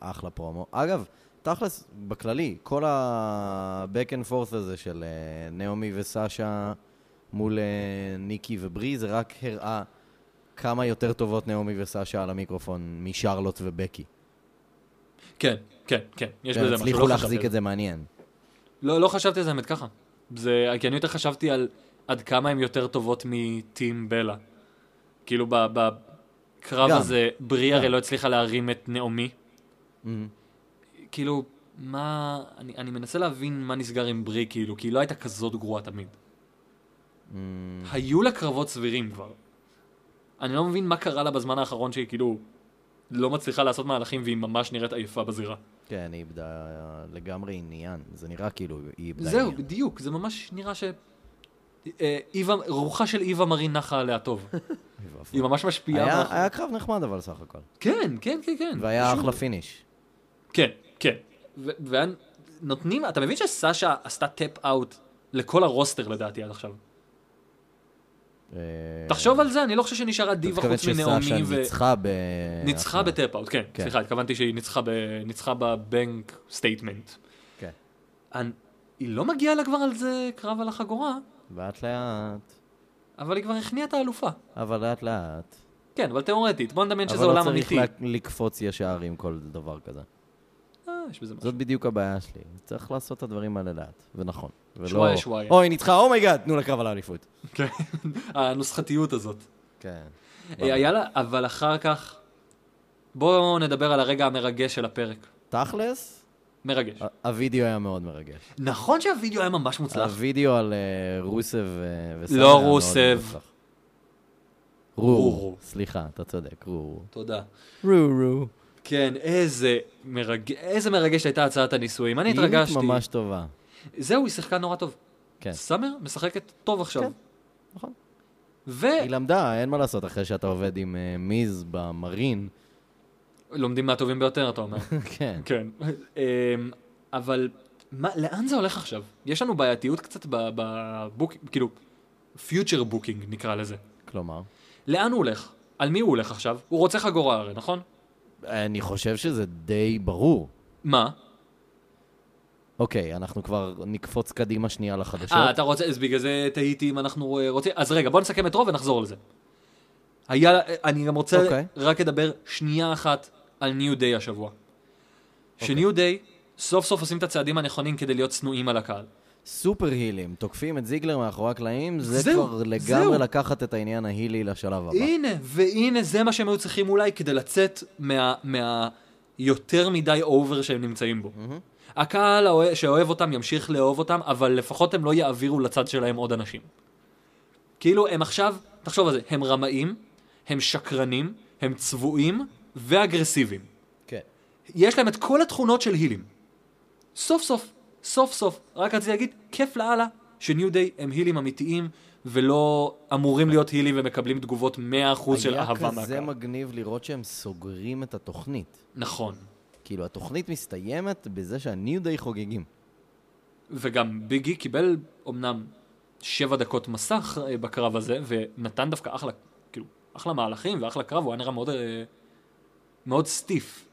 Speaker 2: אחלה פרומו. אגב, תכלס, בכללי, כל ה-back and forth הזה של אה, נעמי וסשה מול אה, ניקי וברי, זה רק הראה כמה יותר טובות נעמי וסשה על המיקרופון משרלוט ובקי.
Speaker 1: כן, כן, כן, יש בזה
Speaker 2: והם
Speaker 1: משהו.
Speaker 2: הצליחו
Speaker 1: לא
Speaker 2: להחזיק
Speaker 1: חשבתי
Speaker 2: את זה מעניין.
Speaker 1: על- לא, לא חשבתי על זה באמת ככה. זה, כי אני יותר חשבתי על עד כמה הן יותר טובות מטים בלה. כאילו ב- בקרב
Speaker 2: גם.
Speaker 1: הזה, ברי הרי
Speaker 2: גם.
Speaker 1: לא הצליחה להרים את נעמי.
Speaker 2: מהמם.
Speaker 1: כאילו, מה... אני, אני מנסה להבין מה נסגר עם ברי, כאילו, כי היא לא הייתה כזאת גרועה תמיד. היו לה קרבות סבירים כבר. אני לא מבין מה קרה לה בזמן האחרון שהיא כאילו לא מצליחה לעשות מהלכים והיא ממש נראית עייפה בזירה.
Speaker 2: כן, היא איבדה לגמרי עניין. זה נראה כאילו היא איבדה
Speaker 1: זהו,
Speaker 2: עניין.
Speaker 1: בדיוק, זה ממש נראה ש... אה, איווה, רוחה של איווה מרין נחה עליה טוב. היא ממש משפיעה.
Speaker 2: היה-
Speaker 1: ואנחנו-
Speaker 2: היה קרב נחמד אבל סך הכל.
Speaker 1: כן, כן, כן, כן.
Speaker 2: והיה
Speaker 1: פשוט-
Speaker 2: אחלה פיניש.
Speaker 1: כן, כן. ו- והיה- נותנים, אתה מבין שסשה עשתה טאפ אאוט לכל הרוסטר לדעתי עד עכשיו.
Speaker 2: אה,
Speaker 1: תחשוב על זה, אני לא חושב שנשארה
Speaker 2: אתה
Speaker 1: דיווה
Speaker 2: מתכוון
Speaker 1: חוץ מנעמי
Speaker 2: שסשה
Speaker 1: ו...
Speaker 2: ניצחה ב...
Speaker 1: ניצחה
Speaker 2: אחלה.
Speaker 1: בטאפ אאוט, כן,
Speaker 2: כן.
Speaker 1: סליחה, התכוונתי שהיא ניצחה ב- ניצחה בבנק סטייטמנט.
Speaker 2: כן.
Speaker 1: היא לא מגיעה לה כבר על זה קרב על החגורה,
Speaker 2: לאט לאט,
Speaker 1: אבל היא כבר הכניעה את האלופה.
Speaker 2: אבל לאט לאט.
Speaker 1: כן, אבל תיאורטית, בוא נדמיין שזה
Speaker 2: אבל לא
Speaker 1: עולם
Speaker 2: צריך
Speaker 1: אמיתי.
Speaker 2: לה- לקפוץ ישר עם כל דבר כזה.
Speaker 1: אה, יש בזה משהו.
Speaker 2: זאת בדיוק הבעיה שלי. צריך לעשות את הדברים האלה לאט, ונכון. ולא...
Speaker 1: שוואיה, שוואיה.
Speaker 2: אוי, ניצחה, אומייגאד, תנו לקרב על האליפות.
Speaker 1: כן. הנוסחתיות הזאת.
Speaker 2: כן.
Speaker 1: אה, היה לה, אבל אחר כך, בואו נדבר על הרגע המרגש של הפרק.
Speaker 2: תכלס,
Speaker 1: מרגש.
Speaker 2: ה- הווידאו היה מאוד מרגש.
Speaker 1: נכון שהווידאו היה ממש מוצלח.
Speaker 2: הווידאו על אה, רוסב אה, וסאנה
Speaker 1: לא
Speaker 2: היה מאוד
Speaker 1: רוסב.
Speaker 2: מוצלח. רורו.
Speaker 1: רורו.
Speaker 2: סליחה, אתה צודק, רורו.
Speaker 1: תודה.
Speaker 2: רורו.
Speaker 1: כן, איזה מרג... איזה מרגש הייתה הצעת הנישואים. אני
Speaker 2: היא
Speaker 1: התרגשתי.
Speaker 2: ממש טובה.
Speaker 1: זהו, היא שיחקה נורא טוב.
Speaker 2: כן.
Speaker 1: סאמר משחקת טוב עכשיו.
Speaker 2: כן, נכון. היא
Speaker 1: ולומדים
Speaker 2: למדה, אין מה לעשות, אחרי שאתה עובד עם אה, מיז במרין.
Speaker 1: מהטובים ביותר, אתה אומר.
Speaker 2: כן.
Speaker 1: כן. אמ, אבל מה, לאן זה הולך עכשיו? יש לנו בעייתיות קצת בבוק... כאילו, פיוטר בוקינג נקרא לזה.
Speaker 2: כלומר,
Speaker 1: לאן הוא הולך? על מי הוא הולך עכשיו? הוא רוצה חגורה הרי, נכון?
Speaker 2: אני חושב שזה די ברור.
Speaker 1: מה?
Speaker 2: אוקיי, אנחנו כבר נקפוץ קדימה שנייה לחדשות.
Speaker 1: אה, אתה רוצה, אז בגלל זה תהיתי אם אנחנו אה, רוצים... אז רגע, בוא נסכם את רוב ונחזור לזה. היה, אני גם רוצה
Speaker 2: אוקיי.
Speaker 1: רק לדבר שנייה אחת על ניו דיי השבוע. שניו דיי סוף סוף עושים את הצעדים הנכונים כדי להיות צנועים על הקהל.
Speaker 2: סופר הילים, תוקפים את זיגלר מאחורי הקלעים, זה
Speaker 1: זהו,
Speaker 2: כבר לגמרי
Speaker 1: זהו.
Speaker 2: לקחת את העניין ההילי לשלב הבא.
Speaker 1: הנה, והנה זה מה שהם היו צריכים אולי כדי לצאת מה... מה... יותר מדי אובר שהם נמצאים בו. הקהל האוה- שאוהב אותם ימשיך לאהוב אותם, אבל לפחות הם לא יעבירו לצד שלהם עוד אנשים. כאילו, הם עכשיו, תחשוב על זה, הם רמאים, הם שקרנים, הם צבועים ואגרסיביים.
Speaker 2: כן.
Speaker 1: יש להם את כל התכונות של הילים. סוף סוף, סוף סוף, רק רציתי להגיד, כיף לאללה שניו דיי הם הילים אמיתיים, ולא אמורים להיות הילים ומקבלים תגובות 100% של אהבה
Speaker 2: היה כזה
Speaker 1: מהקהל.
Speaker 2: מגניב לראות שהם סוגרים את התוכנית.
Speaker 1: נכון.
Speaker 2: כאילו, התוכנית מסתיימת בזה שהניו דיי חוגגים.
Speaker 1: וגם ביגי קיבל אמנם שבע דקות מסך אה, בקרב הזה, ונתן דווקא אחלה, כאילו, אחלה מהלכים ואחלה קרב, הוא היה נראה מאוד, אה, מאוד סטיף.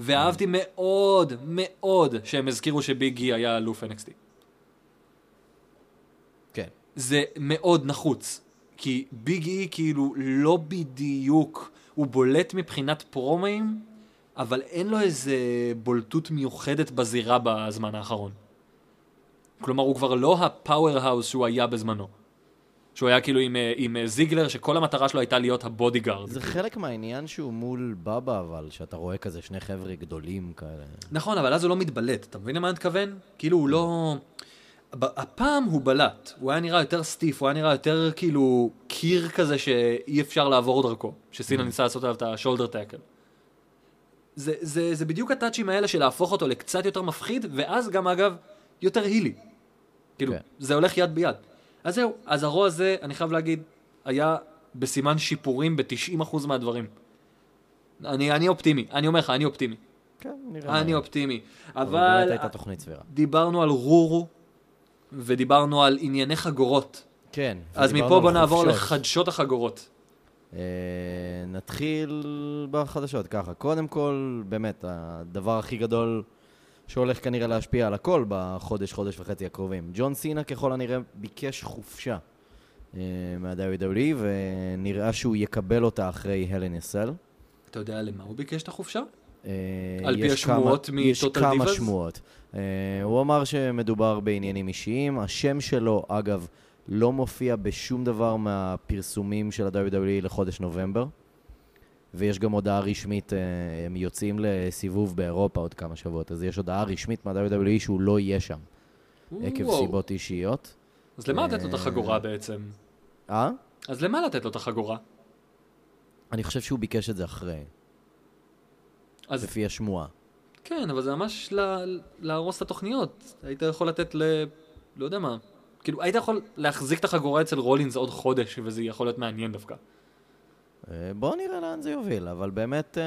Speaker 1: ואהבתי מאוד, מאוד, שהם הזכירו שביגי היה אלוף NXT.
Speaker 2: כן.
Speaker 1: זה מאוד נחוץ. כי ביג אי כאילו לא בדיוק, הוא בולט מבחינת פרומים, אבל אין לו איזה בולטות מיוחדת בזירה בזמן האחרון. כלומר, הוא כבר לא הפאוור האוס שהוא היה בזמנו. שהוא היה כאילו עם, אה, עם אה, זיגלר, שכל המטרה שלו הייתה להיות הבודיגארד.
Speaker 2: זה חלק מהעניין שהוא מול בבא, אבל, שאתה רואה כזה שני חבר'ה גדולים כאלה.
Speaker 1: נכון, אבל אז הוא לא מתבלט, אתה מבין למה אני מתכוון? כאילו הוא לא... ב- הפעם הוא בלט, הוא היה נראה יותר סטיף, הוא היה נראה יותר כאילו קיר כזה שאי אפשר לעבור דרכו, שסינה ניסה לעשות עליו את השולדר טאקל. זה, זה, זה בדיוק הטאצ'ים האלה של להפוך אותו לקצת יותר מפחיד, ואז גם אגב, יותר הילי. כאילו,
Speaker 2: כן.
Speaker 1: זה הולך יד ביד. אז זהו, אז הרוע הזה, אני חייב להגיד, היה בסימן שיפורים ב-90% מהדברים. אני, אני אופטימי, אני אומר לך, אני אופטימי.
Speaker 2: כן, נראה.
Speaker 1: אני אופטימי.
Speaker 2: אבל...
Speaker 1: אבל
Speaker 2: באמת הייתה תוכנית סבירה.
Speaker 1: דיברנו על רורו, ודיברנו על ענייני חגורות.
Speaker 2: כן.
Speaker 1: אז
Speaker 2: ודיברנו
Speaker 1: מפה בוא
Speaker 2: על
Speaker 1: נעבור
Speaker 2: חופשות.
Speaker 1: לחדשות החגורות.
Speaker 2: אה, נתחיל בחדשות ככה. קודם כל, באמת, הדבר הכי גדול שהולך כנראה להשפיע על הכל בחודש, חודש וחצי הקרובים. ג'ון סינה ככל הנראה ביקש חופשה אה, מה-WWE, ונראה שהוא יקבל אותה אחרי הלן אסל.
Speaker 1: אתה יודע למה הוא ביקש את החופשה?
Speaker 2: אה,
Speaker 1: על פי
Speaker 2: יש
Speaker 1: השמועות
Speaker 2: כמה-
Speaker 1: מ-Total
Speaker 2: יש כמה
Speaker 1: Divas?
Speaker 2: שמועות. אה, הוא אמר שמדובר בעניינים אישיים. השם שלו, אגב, לא מופיע בשום דבר מהפרסומים של ה-WWE לחודש נובמבר. ויש גם הודעה רשמית, אה, הם יוצאים לסיבוב באירופה עוד כמה שבועות, אז יש הודעה רשמית מה-WWE שהוא לא יהיה שם, עקב
Speaker 1: וואו.
Speaker 2: סיבות אישיות.
Speaker 1: אז למה לתת לו את
Speaker 2: אה,
Speaker 1: החגורה בעצם?
Speaker 2: אה?
Speaker 1: אז למה לתת לו את החגורה?
Speaker 2: אני חושב שהוא ביקש את זה אחרי,
Speaker 1: אז
Speaker 2: לפי השמועה.
Speaker 1: כן, אבל זה ממש לה- להרוס את התוכניות. היית יכול לתת ל... לא יודע מה. כאילו, היית יכול להחזיק את החגורה אצל רולינס עוד חודש, וזה יכול להיות מעניין דווקא.
Speaker 2: אה, בואו נראה לאן זה יוביל, אבל באמת, אה,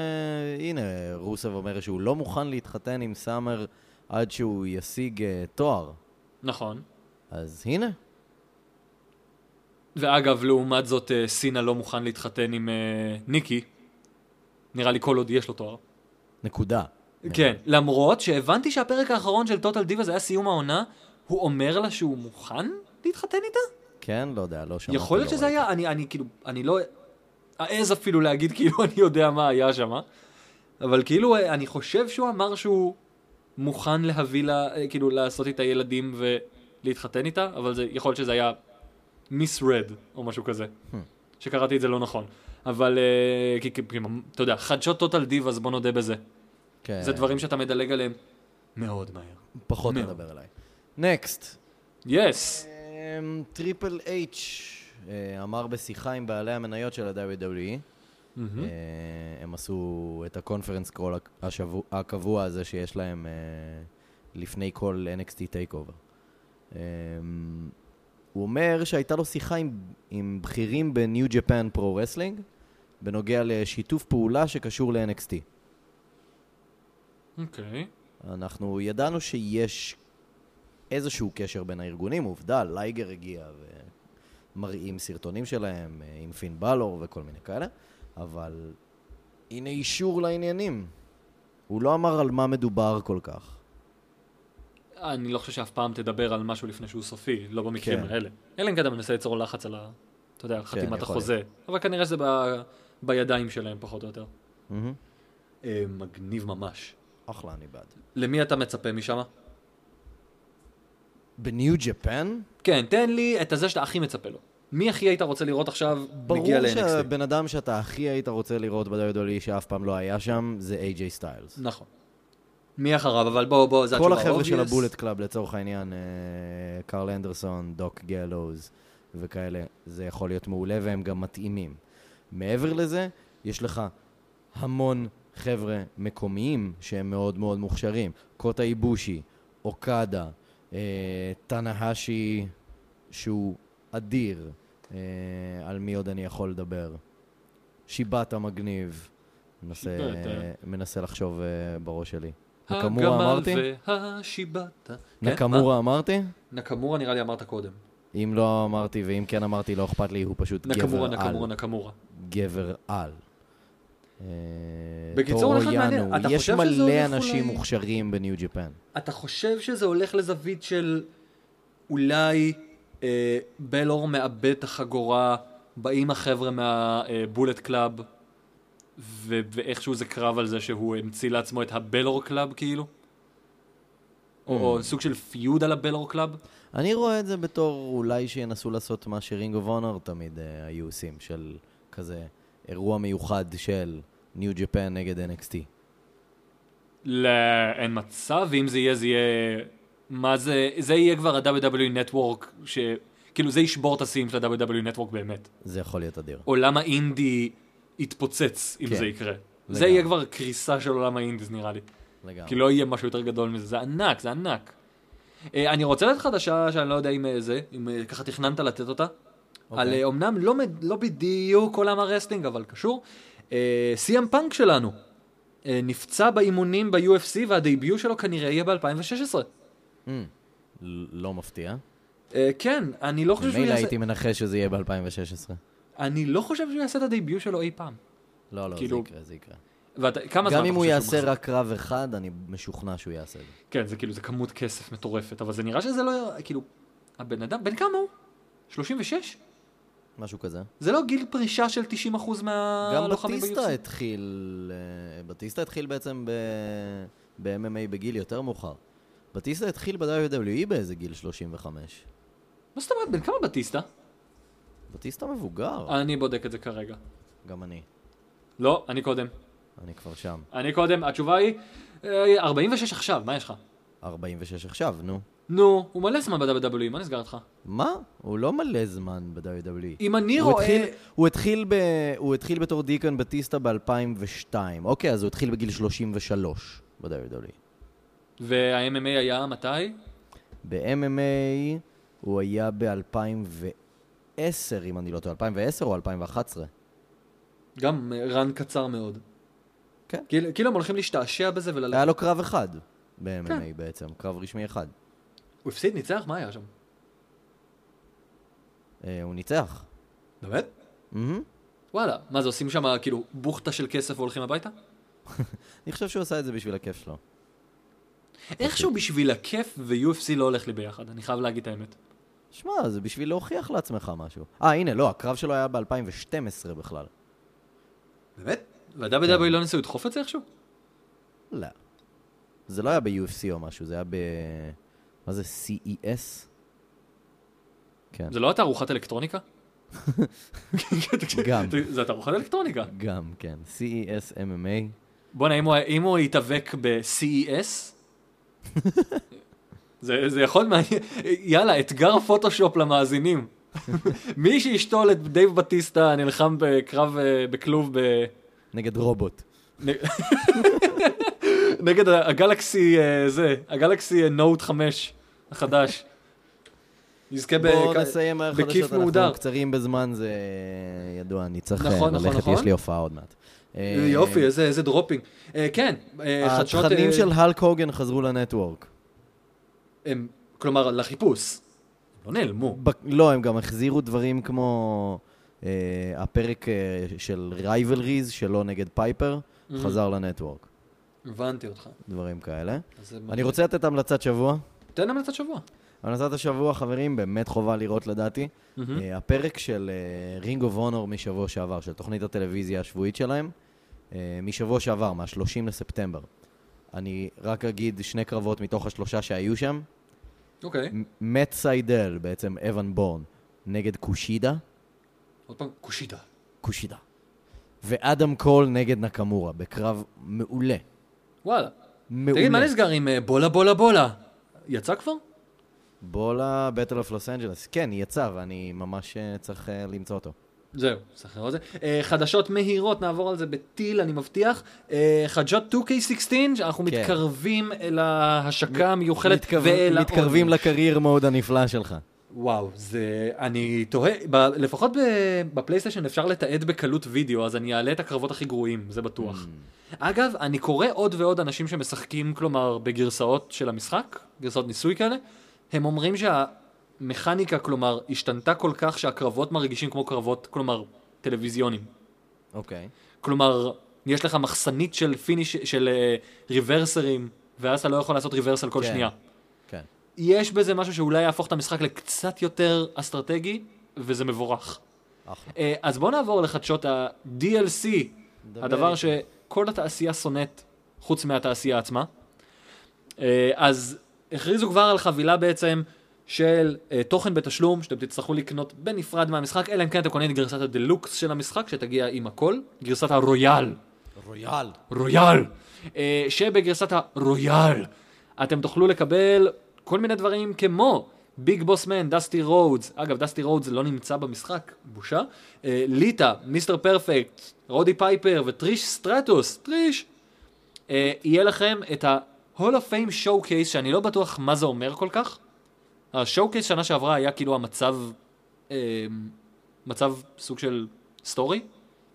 Speaker 2: הנה, רוסב אומר שהוא לא מוכן להתחתן עם סאמר עד שהוא ישיג אה, תואר.
Speaker 1: נכון.
Speaker 2: אז הנה,
Speaker 1: ואגב, לעומת זאת, אה, סינה לא מוכן להתחתן עם אה, ניקי. נראה לי כל עוד יש לו תואר.
Speaker 2: נקודה.
Speaker 1: כן, למרות שהבנתי שהפרק האחרון של טוטל דיבה זה היה סיום העונה, הוא אומר לה שהוא מוכן להתחתן איתה?
Speaker 2: כן, לא יודע, לא שמעתי.
Speaker 1: יכול להיות
Speaker 2: לא
Speaker 1: שזה
Speaker 2: ראיתי.
Speaker 1: היה, אני, אני כאילו, אני לא אעז אפילו להגיד כאילו אני יודע מה היה שם, אבל כאילו אה, אני חושב שהוא אמר שהוא מוכן להביא לה, אה, כאילו לעשות איתה ילדים ולהתחתן איתה, אבל זה, יכול להיות שזה היה מיס רד או משהו כזה, שקראתי את זה לא נכון. אבל אה, כי, כי, כי אתה יודע, חדשות טוטל דיב, אז בוא נודה בזה.
Speaker 2: כן.
Speaker 1: זה דברים שאתה מדלג עליהם מאוד מהר.
Speaker 2: פחות
Speaker 1: מאוד.
Speaker 2: נדבר עליי. נקסט.
Speaker 1: יס!
Speaker 2: אמ, טריפל אייץ' אה, אמר בשיחה עם בעלי המניות של ה-WWE,
Speaker 1: מהמם.
Speaker 2: אה, הם עשו את הקונפרנס קרול השבוע- הקבוע הזה שיש להם אה, לפני כל NXT טייק אובר. אמ, הוא אומר שהייתה לו שיחה עם, עם בכירים בניו ג'פן פרו רסלינג בנוגע לשיתוף פעולה שקשור ל-NXT.
Speaker 1: אוקיי.
Speaker 2: אנחנו ידענו שיש איזשהו קשר בין הארגונים, עובדה, לייגר הגיע ומראים סרטונים שלהם אה, עם פין בלור וכל מיני כאלה, אבל הנה אישור לעניינים. הוא לא אמר על מה מדובר כל כך.
Speaker 1: אני לא חושב שאף פעם תדבר על משהו לפני שהוא סופי, לא במקרים
Speaker 2: כן.
Speaker 1: האלה. אלא אם כן אתה מנסה ליצור לחץ על ה... אתה יודע, על
Speaker 2: יכול
Speaker 1: חתימת
Speaker 2: להיות.
Speaker 1: החוזה. אבל כנראה שזה ב- בידיים שלהם פחות או יותר.
Speaker 2: מהמם.
Speaker 1: אה, מגניב ממש.
Speaker 2: אחלה, אני בעד.
Speaker 1: למי אתה מצפה משם?
Speaker 2: בניו ג'פן?
Speaker 1: כן, תן לי את הזה שאתה הכי מצפה לו. מי הכי היית רוצה לראות עכשיו מגיע
Speaker 2: ברור
Speaker 1: ל-NXT?
Speaker 2: שהבן אדם שאתה הכי היית רוצה לראות בדיודולי שאף פעם לא היה שם, זה איי-ג'יי סטיילס.
Speaker 1: נכון. מי אחריו? אבל בוא, בוא, זה
Speaker 2: כל
Speaker 1: התשובה.
Speaker 2: החבר'ה של
Speaker 1: obvious.
Speaker 2: הבולט קלאב, לצורך העניין, אה, קרל אנדרסון, דוק גלוז וכאלה, זה יכול להיות מעולה והם גם מתאימים. מעבר לזה, יש לך המון חבר'ה מקומיים שהם מאוד מאוד מוכשרים. קוטה איבושי, אוקדה, אה, טנהשי, שהוא אדיר. אה, על מי עוד אני יכול לדבר? שיבאטה מגניב. מנסה,
Speaker 1: שיבאטה.
Speaker 2: מנסה לחשוב אה, בראש שלי.
Speaker 1: הגמל
Speaker 2: נקמורה אמרתי?
Speaker 1: והשיבטה. כן,
Speaker 2: נקמורה אמרתי?
Speaker 1: מה? נקמורה נראה לי אמרת קודם.
Speaker 2: אם לא אמרתי, ואם כן אמרתי, לא אכפת לי, הוא פשוט
Speaker 1: נקמורה,
Speaker 2: גבר על.
Speaker 1: נקמורה, נקמורה.
Speaker 2: גבר על. אה,
Speaker 1: בקיצור,
Speaker 2: טורו
Speaker 1: אחד מעניין.
Speaker 2: יאנו.
Speaker 1: אתה
Speaker 2: יש
Speaker 1: חושב שזה
Speaker 2: מלא
Speaker 1: הולך
Speaker 2: אנשים
Speaker 1: אולי-
Speaker 2: מוכשרים בניו ג'פן.
Speaker 1: אתה חושב שזה הולך לזווית של אולי אה, בלור מאבד את החגורה, באים החבר'ה מהבולט קלאב, ו- ואיכשהו זה קרב על זה שהוא המציא לעצמו את הבלור קלאב כאילו? או, או סוג של פיוד על הבלור קלאב?
Speaker 2: אני רואה את זה בתור אולי שינסו לעשות מה שרינג אוף אונר תמיד אה, היו עושים, של כזה אירוע מיוחד של ניו ג'פן נגד NXT.
Speaker 1: לא, אין מצב, ואם זה יהיה, זה יהיה... מה זה? זה יהיה כבר ה-WW Network, ש... כאילו זה ישבור את השיאים של ה-WW Network באמת.
Speaker 2: זה יכול להיות אדיר.
Speaker 1: עולם האינדי יתפוצץ אם
Speaker 2: כן.
Speaker 1: זה יקרה. זה
Speaker 2: לגמרי.
Speaker 1: יהיה כבר קריסה של עולם האינדיז נראה לי.
Speaker 2: לגמרי.
Speaker 1: כי לא יהיה משהו יותר גדול מזה, זה ענק, זה ענק. אה, אני רוצה לתת חדשה שאני לא יודע אם אה, זה, אם אה, ככה תכננת לתת אותה.
Speaker 2: אוקיי.
Speaker 1: על אה, אומנם לא מד- לא בדיוק עולם הרסטינג, אבל קשור. סי.אם פאנק שלנו אה, נפצע באימונים ב-UFC והדייביוט שלו כנראה יהיה ב-2016.
Speaker 2: אה, ל- לא מפתיע.
Speaker 1: כן, אני לא חושב שהוא
Speaker 2: ממילא
Speaker 1: יעשה...
Speaker 2: הייתי מנחש שזה יהיה ב-2016.
Speaker 1: אני לא חושב שהוא יעשה את הדייביוט שלו אי פעם.
Speaker 2: לא, לא, זה
Speaker 1: כאילו-
Speaker 2: יקרה, זה יקרה.
Speaker 1: ואתה- כמה זמן
Speaker 2: גם
Speaker 1: אתה
Speaker 2: אם הוא
Speaker 1: חושב שהוא
Speaker 2: יעשה
Speaker 1: מחזיק?
Speaker 2: רק קרב אחד, אני משוכנע שהוא יעשה את זה.
Speaker 1: כן, זה כאילו, זה כמות כסף מטורפת, אבל זה נראה שזה לא, כאילו, הבן אדם, בן כמה הוא? 36?
Speaker 2: משהו כזה.
Speaker 1: זה לא גיל פרישה של 90%
Speaker 2: גם
Speaker 1: מהלוחמים
Speaker 2: בטיסטה
Speaker 1: ב-UFC.
Speaker 2: התחיל, אה, בטיסטה התחיל בעצם ב-MMA בגיל יותר מאוחר. בטיסטה התחיל ב-WWE באיזה גיל 35.
Speaker 1: מה זאת אומרת, בן כמה בטיסטה?
Speaker 2: בטיסטה מבוגר,
Speaker 1: אני בודק את זה כרגע.
Speaker 2: גם אני.
Speaker 1: לא, אני קודם.
Speaker 2: אני כבר שם.
Speaker 1: אני קודם, התשובה היא, אה, 46 עכשיו, מה יש לך?
Speaker 2: 46 עכשיו, נו.
Speaker 1: נו, הוא מלא זמן ב-WWE, מה נסגר איתך?
Speaker 2: מה? הוא לא מלא זמן ב-WWE.
Speaker 1: אם אני
Speaker 2: הוא
Speaker 1: רואה...
Speaker 2: התחיל- הוא התחיל ב- הוא התחיל בתור דיקון בטיסטה ב-2002. אוקיי, אז הוא התחיל בגיל 33 ב-WWE.
Speaker 1: וה-MMA היה מתי?
Speaker 2: ב-MMA הוא היה ב-2010, אם אני לא טועה, 2010 או 2011.
Speaker 1: גם אה, רן קצר מאוד.
Speaker 2: כן.
Speaker 1: כאילו כאילו הם הולכים להשתעשע בזה
Speaker 2: היה
Speaker 1: וללכת.
Speaker 2: לו קרב אחד ב-MMA
Speaker 1: כן.
Speaker 2: בעצם, קרב רשמי אחד.
Speaker 1: הוא הפסיד, ניצח? מה היה שם?
Speaker 2: אה, הוא ניצח.
Speaker 1: באמת?
Speaker 2: מהמם.
Speaker 1: וואלה, מה זה עושים שם כאילו בוכטה של כסף והולכים הביתה?
Speaker 2: אני חושב שהוא עשה את זה בשביל הכיף שלו.
Speaker 1: איכשהו בשביל הכיף ו-UFC לא הולך לי ביחד, אני חייב להגיד את האמת.
Speaker 2: שמע, זה בשביל להוכיח לעצמך משהו. אה, הנה, לא, הקרב שלו היה ב-2012 בכלל.
Speaker 1: E באמת? וה-WWE לא ניסו לדחוף את זה איכשהו?
Speaker 2: לא. זה לא היה ב-UFC או משהו, זה היה ב... מה זה, CES? כן,
Speaker 1: זה לא התערוכת אלקטרוניקה?
Speaker 2: גם.
Speaker 1: זה התערוכת אלקטרוניקה.
Speaker 2: גם, כן. CES MMA.
Speaker 1: בואנה, אם הוא- אם הוא יתאבק ב-CES, זה, זה יכול מעניין, יאללה, אתגר פוטושופ למאזינים. מי שישתול את דייב בטיסטה נלחם בקרב, אה, בכלוב ב...
Speaker 2: נגד רובוט.
Speaker 1: נגד ה- הגלקסי, אה, זה, הגלקסי נוט 5 החדש. יזכה ב-
Speaker 2: בואו
Speaker 1: כ-
Speaker 2: נסיים מהר
Speaker 1: בכיף
Speaker 2: חדשות,
Speaker 1: מהודר.
Speaker 2: אנחנו קצרים בזמן, זה ידוע, אני צריך
Speaker 1: נכון,
Speaker 2: אה,
Speaker 1: נכון,
Speaker 2: ללכת,
Speaker 1: נכון.
Speaker 2: יש לי הופעה עוד מעט. אה,
Speaker 1: יופי, איזה, איזה דרופינג. אה, כן, אה, חדשות...
Speaker 2: התכנים
Speaker 1: אה,
Speaker 2: של הלק הוגן חזרו לנטוורק.
Speaker 1: הם, כלומר, לחיפוש. לא נעלמו.
Speaker 2: ב- לא, הם גם החזירו דברים כמו אה, הפרק אה, של רייבלריז שלו נגד פייפר, חזר לנטוורק,
Speaker 1: הבנתי אותך.
Speaker 2: דברים כאלה.
Speaker 1: אז זה-
Speaker 2: אני רוצה לתת המלצת שבוע.
Speaker 1: תן המלצת שבוע.
Speaker 2: המלצת השבוע, חברים, באמת חובה לראות לדעתי. אה, הפרק של אה, רינג אוף הונור משבוע שעבר, של תוכנית הטלוויזיה השבועית שלהם, אה, משבוע שעבר, מה-30 לספטמבר. אני רק אגיד שני קרבות מתוך השלושה שהיו שם.
Speaker 1: אוקיי.
Speaker 2: מ- מאט סיידל, בעצם אבן בורן, נגד קושידה.
Speaker 1: עוד פעם, קושידה.
Speaker 2: קושידה. ואדם קול נגד נקמורה, בקרב מעולה.
Speaker 1: וואלה.
Speaker 2: מעולה.
Speaker 1: תגיד, מה נסגר עם אה, בולה בולה בולה? יצא כבר?
Speaker 2: בולה, בטל אוף לוס אנג'לס. כן, היא יצאה, ואני ממש אה, צריך אה, למצוא אותו.
Speaker 1: זהו, צריך לראות את זה. אה, חדשות מהירות, נעבור על זה בטיל, אני מבטיח. אה, חדשות 2K16, שאנחנו
Speaker 2: כן.
Speaker 1: מתקרבים אל ההשקה המיוחלת
Speaker 2: מתקרב-
Speaker 1: ואל העונג.
Speaker 2: מתקרבים לקרייר מוד הנפלא שלך.
Speaker 1: וואו, זה... אני תוהה, ב... לפחות ב... בפלייסטיישן אפשר לתעד בקלות וידאו, אז אני אעלה את הקרבות הכי גרועים, זה בטוח.
Speaker 2: Mm.
Speaker 1: אגב, אני קורא עוד ועוד אנשים שמשחקים, כלומר, בגרסאות של המשחק, גרסאות ניסוי כאלה, הם אומרים שהמכניקה, כלומר, השתנתה כל כך שהקרבות מרגישים כמו קרבות, כלומר, טלוויזיונים.
Speaker 2: אוקיי.
Speaker 1: כלומר, יש לך מחסנית של פיניש, של אה, ריברסרים, ואז אתה לא יכול לעשות ריברסל כל
Speaker 2: כן.
Speaker 1: שנייה.
Speaker 2: כן.
Speaker 1: יש בזה משהו שאולי יהפוך את המשחק לקצת יותר אסטרטגי, וזה מבורך.
Speaker 2: אחלה.
Speaker 1: אה, אז בואו נעבור לחדשות ה-DLC,
Speaker 2: דבר
Speaker 1: הדבר
Speaker 2: איתי.
Speaker 1: שכל התעשייה שונאת, חוץ מהתעשייה עצמה. אה, אז הכריזו כבר על חבילה בעצם של אה, תוכן בתשלום, שאתם תצטרכו לקנות בנפרד מהמשחק, אלא אם כן אתם קונים את גרסת הדלוקס של המשחק, שתגיע עם הכל, גרסת הרויאל.
Speaker 2: רויאל.
Speaker 1: רויאל, אה, שבגרסת הרויאל אתם תוכלו לקבל כל מיני דברים כמו ביג בוס מן, דסטי רודס, אגב דסטי רודס לא נמצא במשחק, בושה, אה, ליטה, מיסטר פרפקט, רודי פייפר וטריש סטרטוס, טריש, אה, יהיה לכם את ה-Hall of Fame Showcase שאני לא בטוח מה זה אומר כל כך. ה-Showcase שנה שעברה היה כאילו המצב, אה, מצב סוג של סטורי,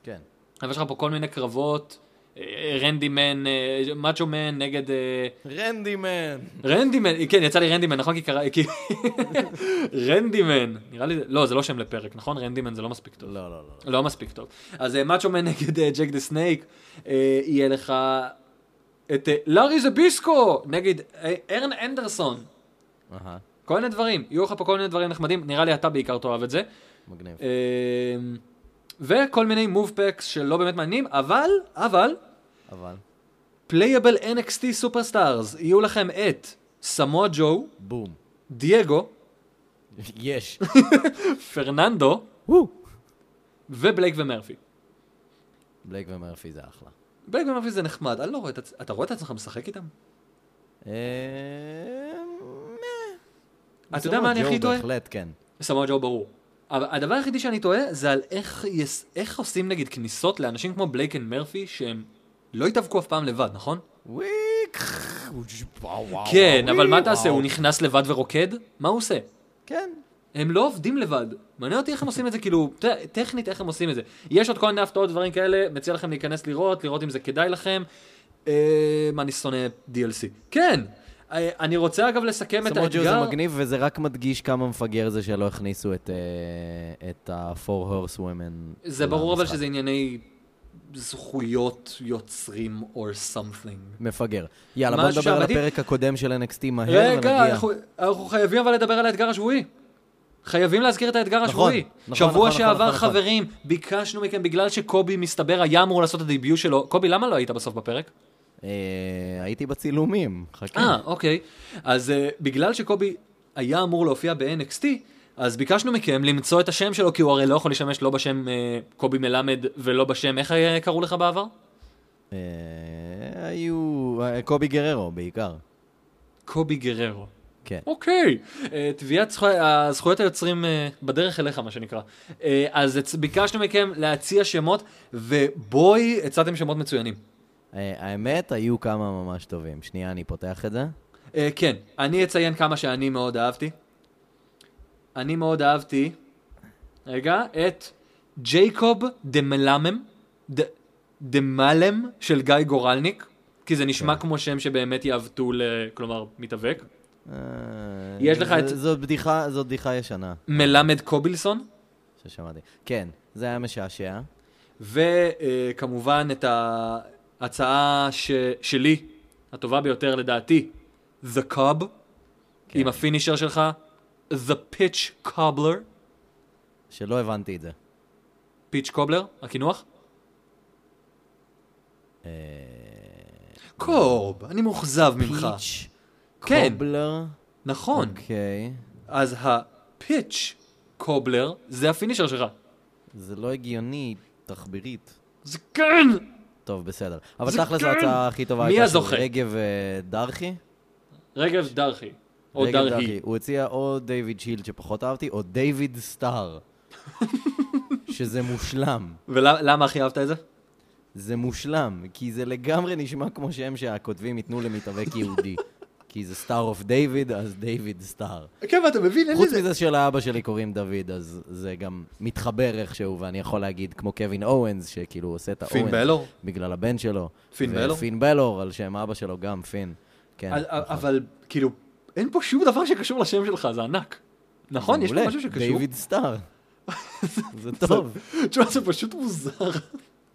Speaker 2: כן.
Speaker 1: אבל יש לך פה כל מיני קרבות, אה, רנדי מן, אה, מאצ'ו מן נגד... אה,
Speaker 2: רנדי מן.
Speaker 1: רנדי מן, כן, יצא לי רנדי מן, נכון? כי קרא... כי... רנדי מן, נראה לי... לא, זה לא שם לפרק, נכון? רנדי מן זה לא מספיק טוב.
Speaker 2: לא, לא, לא.
Speaker 1: לא מספיק טוב. אז אה, מאצ'ו מן נגד אה, ג'ק דה סנייק, אה, יהיה לך את אה, לארי זה ביסקו נגד אה, ארן אנדרסון.
Speaker 2: אהה,
Speaker 1: כל מיני דברים, יהיו לך פה כל מיני דברים נחמדים, נראה לי אתה בעיקר תאהב את זה.
Speaker 2: מגניב.
Speaker 1: אמ, וכל מיני מוב פקס שלא באמת מעניינים, אבל, אבל,
Speaker 2: אבל.
Speaker 1: פלייבל NXT סופרסטארס, יהיו לכם את סמואה ג'ו,
Speaker 2: בום.
Speaker 1: דייגו,
Speaker 2: יש.
Speaker 1: פרננדו
Speaker 2: וואו.
Speaker 1: ובלייק ומרפי.
Speaker 2: בלייק ומרפי זה אחלה.
Speaker 1: בלייק ומרפי זה נחמד, אני לא רואה את עצמך, אתה רואה את עצמך משחק איתם?
Speaker 2: אה, מeh.
Speaker 1: אתה יודע מה אני
Speaker 2: לא ג'ו
Speaker 1: הכי טועה?
Speaker 2: בהחלט, כן.
Speaker 1: סמואה ג'ו ברור. אבל הדבר היחידי שאני טועה זה על איך, יס- איך עושים נגיד כניסות לאנשים כמו בלייק ומרפי שהם לא התאבקו אף פעם לבד, נכון?
Speaker 2: וויק. וואו, וואו,
Speaker 1: כן,
Speaker 2: אה, וואו,
Speaker 1: אבל מה
Speaker 2: וואו.
Speaker 1: תעשה, הוא נכנס לבד ורוקד? מה הוא עושה?
Speaker 2: כן.
Speaker 1: הם לא עובדים לבד. מעניין אותי איך הם עושים את זה, כאילו, ט- טכנית איך הם עושים את זה. יש עוד כל מיני הפתעות, דברים כאלה, מציע לכם להיכנס לראות, לראות אם זה כדאי לכם. אה, מה אני שונא DLC. כן! אה, אני רוצה אגב לסכם את
Speaker 2: סמוג'ו זה
Speaker 1: האתגר.
Speaker 2: מגניב, וזה רק מדגיש כמה מפגר זה שלא הכניסו את, אה, את ה-4 horse women.
Speaker 1: זה ברור אבל
Speaker 2: למשחק.
Speaker 1: שזה ענייני זכויות יוצרים or something.
Speaker 2: מפגר. יאללה, בוא
Speaker 1: משהו
Speaker 2: נדבר על
Speaker 1: שעמדתי-
Speaker 2: הפרק הקודם של NXT מהר ונגיע.
Speaker 1: רגע, אנחנו- אנחנו חייבים אבל לדבר על האתגר השבועי. חייבים להזכיר את האתגר השבועי.
Speaker 2: נכון,
Speaker 1: שבוע
Speaker 2: נכון,
Speaker 1: שעבר,
Speaker 2: נכון, נכון.
Speaker 1: חברים, ביקשנו מכם, בגלל שקובי מסתבר היה אמור לעשות את הדביוט שלו, קובי, למה לא היית בסוף בפרק?
Speaker 2: אה, הייתי בצילומים, חכה.
Speaker 1: אה, אוקיי. אז uh, בגלל שקובי היה אמור להופיע ב-NXT, אז ביקשנו מכם למצוא את השם שלו, כי הוא הרי לא יכול להשתמש לא בשם אה, קובי מלמד ולא בשם, איך אה, קראו לך בעבר?
Speaker 2: אה, היו... אה, קובי גררו בעיקר.
Speaker 1: קובי גררו.
Speaker 2: כן.
Speaker 1: אוקיי, אה, תביעת זכו... אה, זכויות היוצרים אה, בדרך אליך, מה שנקרא. אה, אז הצ- ביקשנו מכם להציע שמות, ובואי, הצעתם שמות מצוינים.
Speaker 2: אה, האמת, היו כמה ממש טובים. שנייה, אני פותח את זה.
Speaker 1: אה, כן, אני אציין כמה שאני מאוד אהבתי. אני מאוד אהבתי, רגע, את ג'ייקוב דה מלמם, ד- דה מלם של גיא גורלניק, כי זה נשמע כמו שם שבאמת יעוותו ל... כלומר, מתאבק.
Speaker 2: אה,
Speaker 1: יש לך
Speaker 2: ז-
Speaker 1: את-
Speaker 2: זאת בדיחה, זאת בדיחה ישנה
Speaker 1: מלמד קובילסון,
Speaker 2: ששמעתי. כן, זה היה משעשע.
Speaker 1: וכמובן את ההצעה ש... שלי, הטובה ביותר לדעתי, The Cub,
Speaker 2: כן.
Speaker 1: עם הפינישר שלך, The Pitch Cobbler,
Speaker 2: שלא הבנתי את זה.
Speaker 1: פיץ' קובלר, הקינוח.
Speaker 2: אה,
Speaker 1: קוב, אני מאוכזב ממך.
Speaker 2: פיץ'
Speaker 1: כן.
Speaker 2: קובלר.
Speaker 1: נכון.
Speaker 2: אוקיי.
Speaker 1: אז הפיץ' קובלר זה הפינישר שלך.
Speaker 2: זה לא הגיוני, תחבירית.
Speaker 1: זה כן!
Speaker 2: טוב, בסדר. אבל
Speaker 1: זה
Speaker 2: תכל'ס
Speaker 1: כן!
Speaker 2: ההצעה הכי טובה
Speaker 1: מי
Speaker 2: הייתה של
Speaker 1: הזוכה?
Speaker 2: רגב אה, דרכי.
Speaker 1: רגב דרכי. או
Speaker 2: רגב
Speaker 1: דרכי.
Speaker 2: הוא הציע או דיוויד שילד שפחות אהבתי, או דיוויד סטאר. שזה מושלם.
Speaker 1: ולמה הכי אהבת את זה?
Speaker 2: זה מושלם, כי זה לגמרי נשמע כמו שם שהכותבים ייתנו למתאבק יהודי. כי זה סטאר אוף דיוויד, אז דיוויד סטאר.
Speaker 1: כן, ואתה מבין, אין
Speaker 2: חוץ מזה שלאבא שלי קוראים דוד, אז זה גם מתחבר איכשהו, ואני יכול להגיד, כמו קווין אורנס, שכאילו הוא עושה את
Speaker 1: פין
Speaker 2: האורנס
Speaker 1: בלור.
Speaker 2: בגלל הבן שלו.
Speaker 1: פין בלור?
Speaker 2: ופין בלור, על שם אבא שלו גם, פין. כן.
Speaker 1: אז-
Speaker 2: נכון.
Speaker 1: אבל כאילו, אין פה שום דבר שקשור לשם שלך, זה ענק. נכון? יש פה
Speaker 2: מעולה,
Speaker 1: משהו שקשור?
Speaker 2: דיוויד סטאר. זה טוב,
Speaker 1: תשמע, זה פשוט מוזר.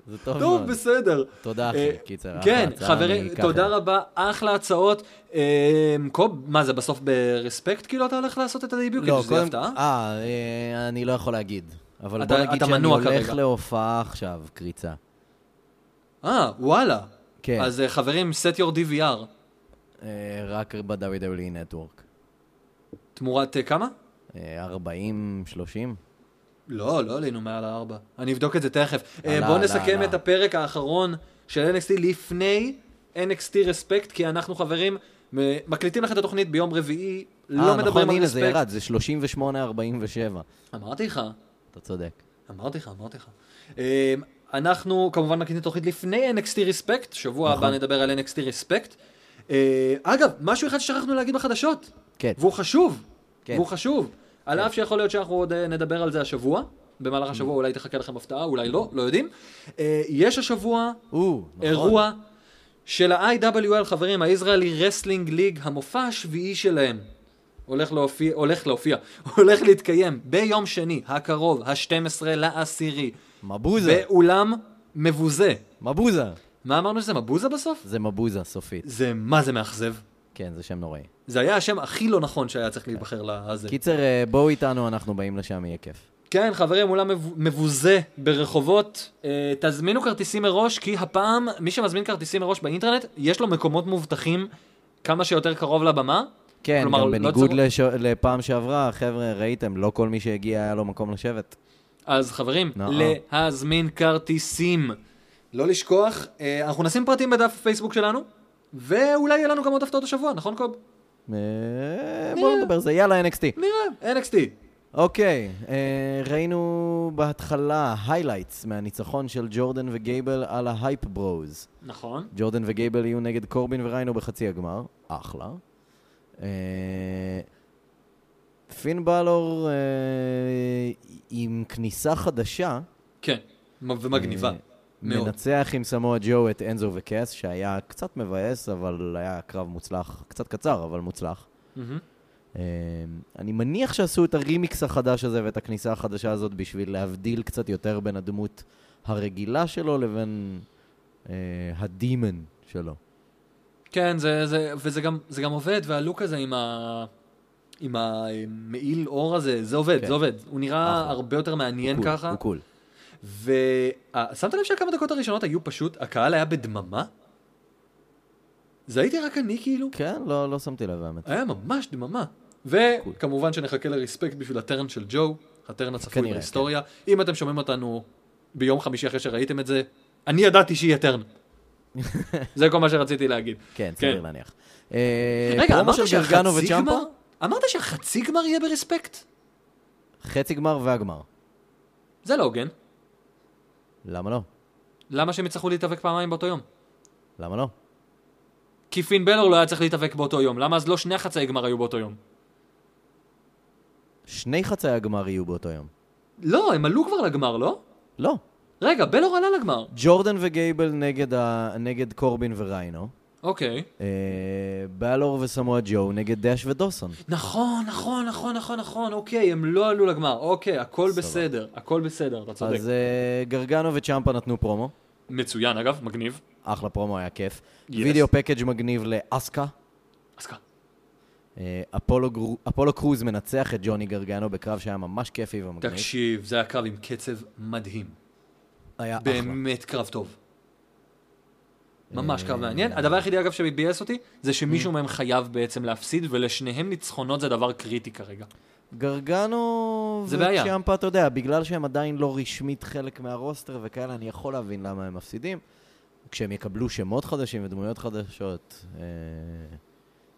Speaker 2: זה טוב מאוד.
Speaker 1: טוב, בסדר.
Speaker 2: תודה,
Speaker 1: אה,
Speaker 2: אחי. קיצר, אחלה
Speaker 1: כן,
Speaker 2: הצעה, אני
Speaker 1: חברים,
Speaker 2: אקח
Speaker 1: תודה
Speaker 2: את זה.
Speaker 1: רבה, אחלה הצעות. אה, קוב, מה זה, בסוף ברספקט כאילו אתה הולך לעשות את הדביוק?
Speaker 2: לא,
Speaker 1: שזה
Speaker 2: קודם...
Speaker 1: הפתעה?
Speaker 2: אה, אה, אני לא יכול להגיד. אבל
Speaker 1: אתה-
Speaker 2: בוא נגיד
Speaker 1: אתה
Speaker 2: שאני
Speaker 1: מנוע
Speaker 2: הולך
Speaker 1: כרגע.
Speaker 2: להופעה עכשיו, קריצה.
Speaker 1: אה, וואלה.
Speaker 2: כן.
Speaker 1: אז אה, חברים, set your DVR.
Speaker 2: אה, רק E ב-WWE נטוורק.
Speaker 1: תמורת אה, כמה?
Speaker 2: 40-30?
Speaker 1: לא, לא עלינו מעל הארבע. אני אבדוק את זה תכף. אה,
Speaker 2: עלה,
Speaker 1: בואו
Speaker 2: עלה,
Speaker 1: נסכם
Speaker 2: עלה.
Speaker 1: את הפרק האחרון של NXT לפני NXT רספקט, כי אנחנו חברים מ- מקליטים לך את התוכנית ביום רביעי, לא
Speaker 2: אה, נכון,
Speaker 1: מדברים על
Speaker 2: הנה זה
Speaker 1: רספקט.
Speaker 2: ירד, זה 38-47.
Speaker 1: אמרתי לך,
Speaker 2: אתה צודק.
Speaker 1: אמרתי לך, אמרתי לך. אה, אנחנו כמובן מקליטים תוכנית לפני NXT רספקט, שבוע הבא
Speaker 2: נכון.
Speaker 1: נדבר על NXT רספקט. אה, אגב, משהו אחד ששכחנו להגיד בחדשות.
Speaker 2: כן.
Speaker 1: והוא חשוב.
Speaker 2: כן.
Speaker 1: והוא חשוב. על אף שיכול להיות שאנחנו עוד אה, נדבר על זה השבוע,
Speaker 2: Mm.
Speaker 1: במהלך השבוע אולי תחכה לכם הפתעה, אולי לא, לא יודעים. אה, יש השבוע
Speaker 2: או, נכון.
Speaker 1: אירוע של ה-IWL, חברים, הישראלי רסלינג ליג, המופע השביעי שלהם. הולך להופיע, הולך להופיע, הולך להתקיים ביום שני הקרוב, ה-12 לעשירי,
Speaker 2: מבוזה,
Speaker 1: באולם מבוזה.
Speaker 2: מבוזה.
Speaker 1: מה אמרנו שזה מבוזה בסוף?
Speaker 2: זה מבוזה, סופית.
Speaker 1: זה מה זה מאכזב.
Speaker 2: כן, זה שם נוראי.
Speaker 1: זה היה השם הכי לא נכון שהיה צריך להיבחר לזה.
Speaker 2: קיצר, אה, בואו איתנו, אנחנו באים לשם, יהיה כיף.
Speaker 1: כן, חברים, אולם מב- מבוזה ברחובות. אה, תזמינו כרטיסים מראש, כי הפעם, מי שמזמין כרטיסים מראש באינטרנט, יש לו מקומות מובטחים כמה שיותר קרוב לבמה.
Speaker 2: כן,
Speaker 1: כלומר,
Speaker 2: גם
Speaker 1: לא
Speaker 2: בניגוד
Speaker 1: צריך-
Speaker 2: לש- לפעם שעברה, חבר'ה, ראיתם, לא כל מי שהגיע היה לו מקום לשבת.
Speaker 1: אז חברים,
Speaker 2: נאה.
Speaker 1: להזמין כרטיסים. לא לשכוח, אה, אנחנו נשים פרטים בדף הפייסבוק שלנו, ואולי יהיה לנו גם עוד הפתעות השבוע, נכון קוב?
Speaker 2: אה, בואו נדבר על זה, יאללה, NXT.
Speaker 1: נראה, NXT.
Speaker 2: אוקיי, אה, ראינו בהתחלה highlights מהניצחון של ג'ורדן וגייבל על ההייפ ברוז.
Speaker 1: נכון.
Speaker 2: ג'ורדן וגייבל יהיו נגד קורבין וריינו בחצי הגמר, אחלה. אה, פין בלור אה, עם כניסה חדשה,
Speaker 1: כן, מ- ומגניבה.
Speaker 2: אה,
Speaker 1: מאוד.
Speaker 2: מנצח עם סמואל ג'ו את אנזו וקאס, שהיה קצת מבאס, אבל היה קרב מוצלח, קצת קצר, אבל מוצלח.
Speaker 1: מהמם.
Speaker 2: אה, אני מניח שעשו את הרימיקס החדש הזה ואת הכניסה החדשה הזאת בשביל להבדיל קצת יותר בין הדמות הרגילה שלו לבין אה, הדימן שלו.
Speaker 1: כן, זה, זה, וזה גם, זה גם עובד, והלוק הזה עם ה... עם המעיל אור הזה, זה עובד,
Speaker 2: כן.
Speaker 1: זה עובד. הוא נראה
Speaker 2: אחלה.
Speaker 1: הרבה יותר מעניין
Speaker 2: הוא קול,
Speaker 1: ככה.
Speaker 2: הוא קול.
Speaker 1: ושמת לב שהכמה דקות הראשונות היו פשוט, הקהל היה בדממה? זה הייתי רק אני כאילו?
Speaker 2: כן, לא, לא שמתי לב האמת.
Speaker 1: היה ממש דממה. וכמובן שנחכה לרספקט בשביל הטרן של ג'ו, הטרן הצפוי
Speaker 2: כנראה, כן.
Speaker 1: בהיסטוריה. אם אתם שומעים אותנו ביום חמישי אחרי שראיתם את זה, אני ידעתי שיהיה טרן. זה כל מה שרציתי להגיד.
Speaker 2: כן,
Speaker 1: כן.
Speaker 2: סביר להניח. אה,
Speaker 1: רגע,
Speaker 2: פרומו
Speaker 1: אמרת
Speaker 2: של גרגנו
Speaker 1: שהחצי
Speaker 2: וצ'מפה?
Speaker 1: גמר? אמרת שהחצי גמר יהיה ברספקט?
Speaker 2: חצי גמר והגמר.
Speaker 1: זה לא הוגן.
Speaker 2: למה לא?
Speaker 1: למה שהם יצטרכו להתאבק פעמיים באותו יום?
Speaker 2: למה לא?
Speaker 1: כי פין בלור לא היה צריך להתאבק באותו יום, למה אז לא שני החצאי גמר היו באותו יום?
Speaker 2: שני חצאי הגמר יהיו באותו יום.
Speaker 1: לא, הם עלו כבר לגמר, לא?
Speaker 2: לא.
Speaker 1: רגע, בלור עלה לגמר.
Speaker 2: ג'ורדן וגייבל נגד, ה... נגד קורבין וריינו.
Speaker 1: אוקיי.
Speaker 2: אה, בלור וסמואל ג'ו נגד דאש ודוסון.
Speaker 1: נכון, נכון, נכון, נכון, נכון, אוקיי, הם לא עלו לגמר. אוקיי, הכל
Speaker 2: סבבה.
Speaker 1: בסדר, הכל בסדר, אתה צודק.
Speaker 2: אז אה, גרגנו וצ'מפה נתנו פרומו.
Speaker 1: מצוין, אגב, מגניב.
Speaker 2: אחלה פרומו, היה כיף.
Speaker 1: Yes.
Speaker 2: וידאו פקאג' מגניב לאסקה.
Speaker 1: אז ככה.
Speaker 2: אה, אפולו, גרו... אפולו קרוז מנצח את ג'וני גרגנו בקרב שהיה ממש כיפי ומגניב.
Speaker 1: תקשיב, זה היה קרב עם קצב מדהים.
Speaker 2: היה אחלה. אה,
Speaker 1: באמת קרב טוב. ממש קרב מעניין. הדבר היחידי, אגב, שביאס אותי, זה שמישהו מהם חייב בעצם להפסיד, ולשניהם ניצחונות זה דבר קריטי כרגע.
Speaker 2: גרגנו
Speaker 1: זה בעיה.
Speaker 2: וצ'יאמפה, אתה יודע, בגלל שהם עדיין לא רשמית חלק מהרוסטר וכאלה, אני יכול להבין למה הם מפסידים. כשהם יקבלו שמות חדשים ודמויות חדשות, אה,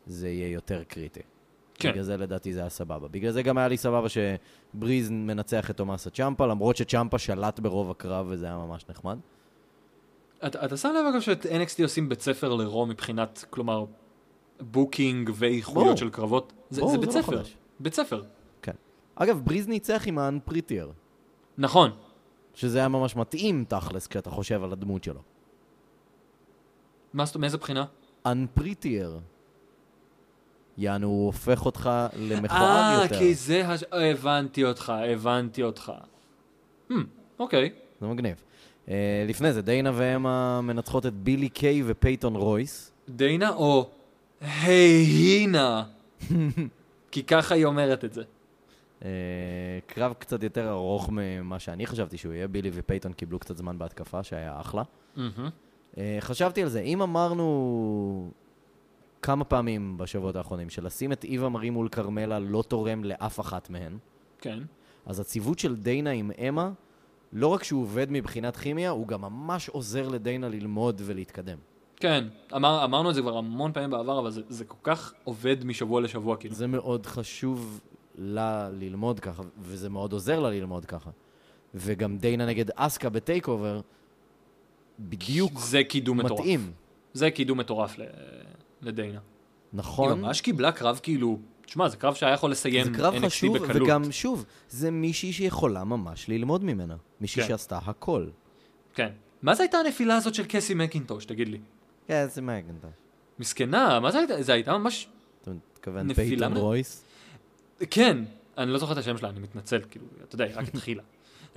Speaker 2: זה יהיה יותר קריטי.
Speaker 1: כן.
Speaker 2: בגלל זה לדעתי זה היה סבבה. בגלל זה גם היה לי סבבה שבריז מנצח את תומאסה צ'אמפה, למרות שצ'אמפה שלט ברוב הקרב וזה היה ממש נחמד.
Speaker 1: אתה אתה שם לב, אגב, שאת NXT עושים בית ספר לרו מבחינת, כלומר, בוקינג
Speaker 2: ברור.
Speaker 1: ואיכויות של קרבות? זה
Speaker 2: ברור,
Speaker 1: זה
Speaker 2: זה
Speaker 1: בית
Speaker 2: לא
Speaker 1: ספר.
Speaker 2: חדש.
Speaker 1: בית ספר.
Speaker 2: כן. אגב, בריז ניצח עם ה-unprettier,
Speaker 1: נכון.
Speaker 2: שזה היה ממש מתאים תכלס כשאתה חושב על הדמות שלו.
Speaker 1: מה זאת- מאיזה בחינה?
Speaker 2: unprettier. יענו, הוא הופך אותך למכוער
Speaker 1: אה,
Speaker 2: יותר.
Speaker 1: כי זה... הש- הבנתי אותך, הבנתי אותך. Hmm, אוקיי.
Speaker 2: זה מגניב. אה, לפני זה, דיינה ואמה מנצחות את בילי קיי ופייתון רויס.
Speaker 1: דיינה או הינה? כי ככה היא אומרת את זה.
Speaker 2: אה, קרב קצת יותר ארוך ממה שאני חשבתי שהוא יהיה. בילי ופייתון קיבלו קצת זמן בהתקפה, שהיה אחלה.
Speaker 1: מהמם.
Speaker 2: אה, חשבתי על זה, אם אמרנו כמה פעמים בשבועות האחרונים, שלשים את איווה מרי מול כרמלה לא תורם לאף אחת מהן,
Speaker 1: כן.
Speaker 2: אז הציוות של דיינה עם אמה, לא רק שהוא עובד מבחינת כימיה, הוא גם ממש עוזר לדיינה ללמוד ולהתקדם.
Speaker 1: כן. אמר- אמרנו את זה כבר המון פעמים בעבר, אבל זה- זה כל כך עובד משבוע לשבוע, כאילו.
Speaker 2: זה מאוד חשוב לה ללמוד ככה, וזה מאוד עוזר לה ללמוד ככה. וגם דיינה נגד אסקה בטייק אובר, בדיוק
Speaker 1: זה קידום מטורף.
Speaker 2: מתאים.
Speaker 1: זה קידום מטורף ל- לדיינה. היא
Speaker 2: נכון?
Speaker 1: ממש קיבלה קרב כאילו, תשמע, זה קרב שהיה יכול לסיים
Speaker 2: זה
Speaker 1: NXT
Speaker 2: קרב חשוב,
Speaker 1: בקלות.
Speaker 2: וגם שוב, זה מישהי שיכולה ממש ללמוד ממנה. מישהי
Speaker 1: כן.
Speaker 2: שעשתה הכל.
Speaker 1: כן. מה זה הייתה הנפילה הזאת של קסי מקינטוש, תגיד לי?
Speaker 2: כן, זה מגנדה.
Speaker 1: מסכנה, מה זה הייתה? זה הייתה ממש...
Speaker 2: אתה מתכוון
Speaker 1: נפילה
Speaker 2: פייתון
Speaker 1: מה-
Speaker 2: רויס?
Speaker 1: כן, אני לא זוכר את השם שלה, אני מתנצל, כאילו, אתה יודע, היא רק התחילה.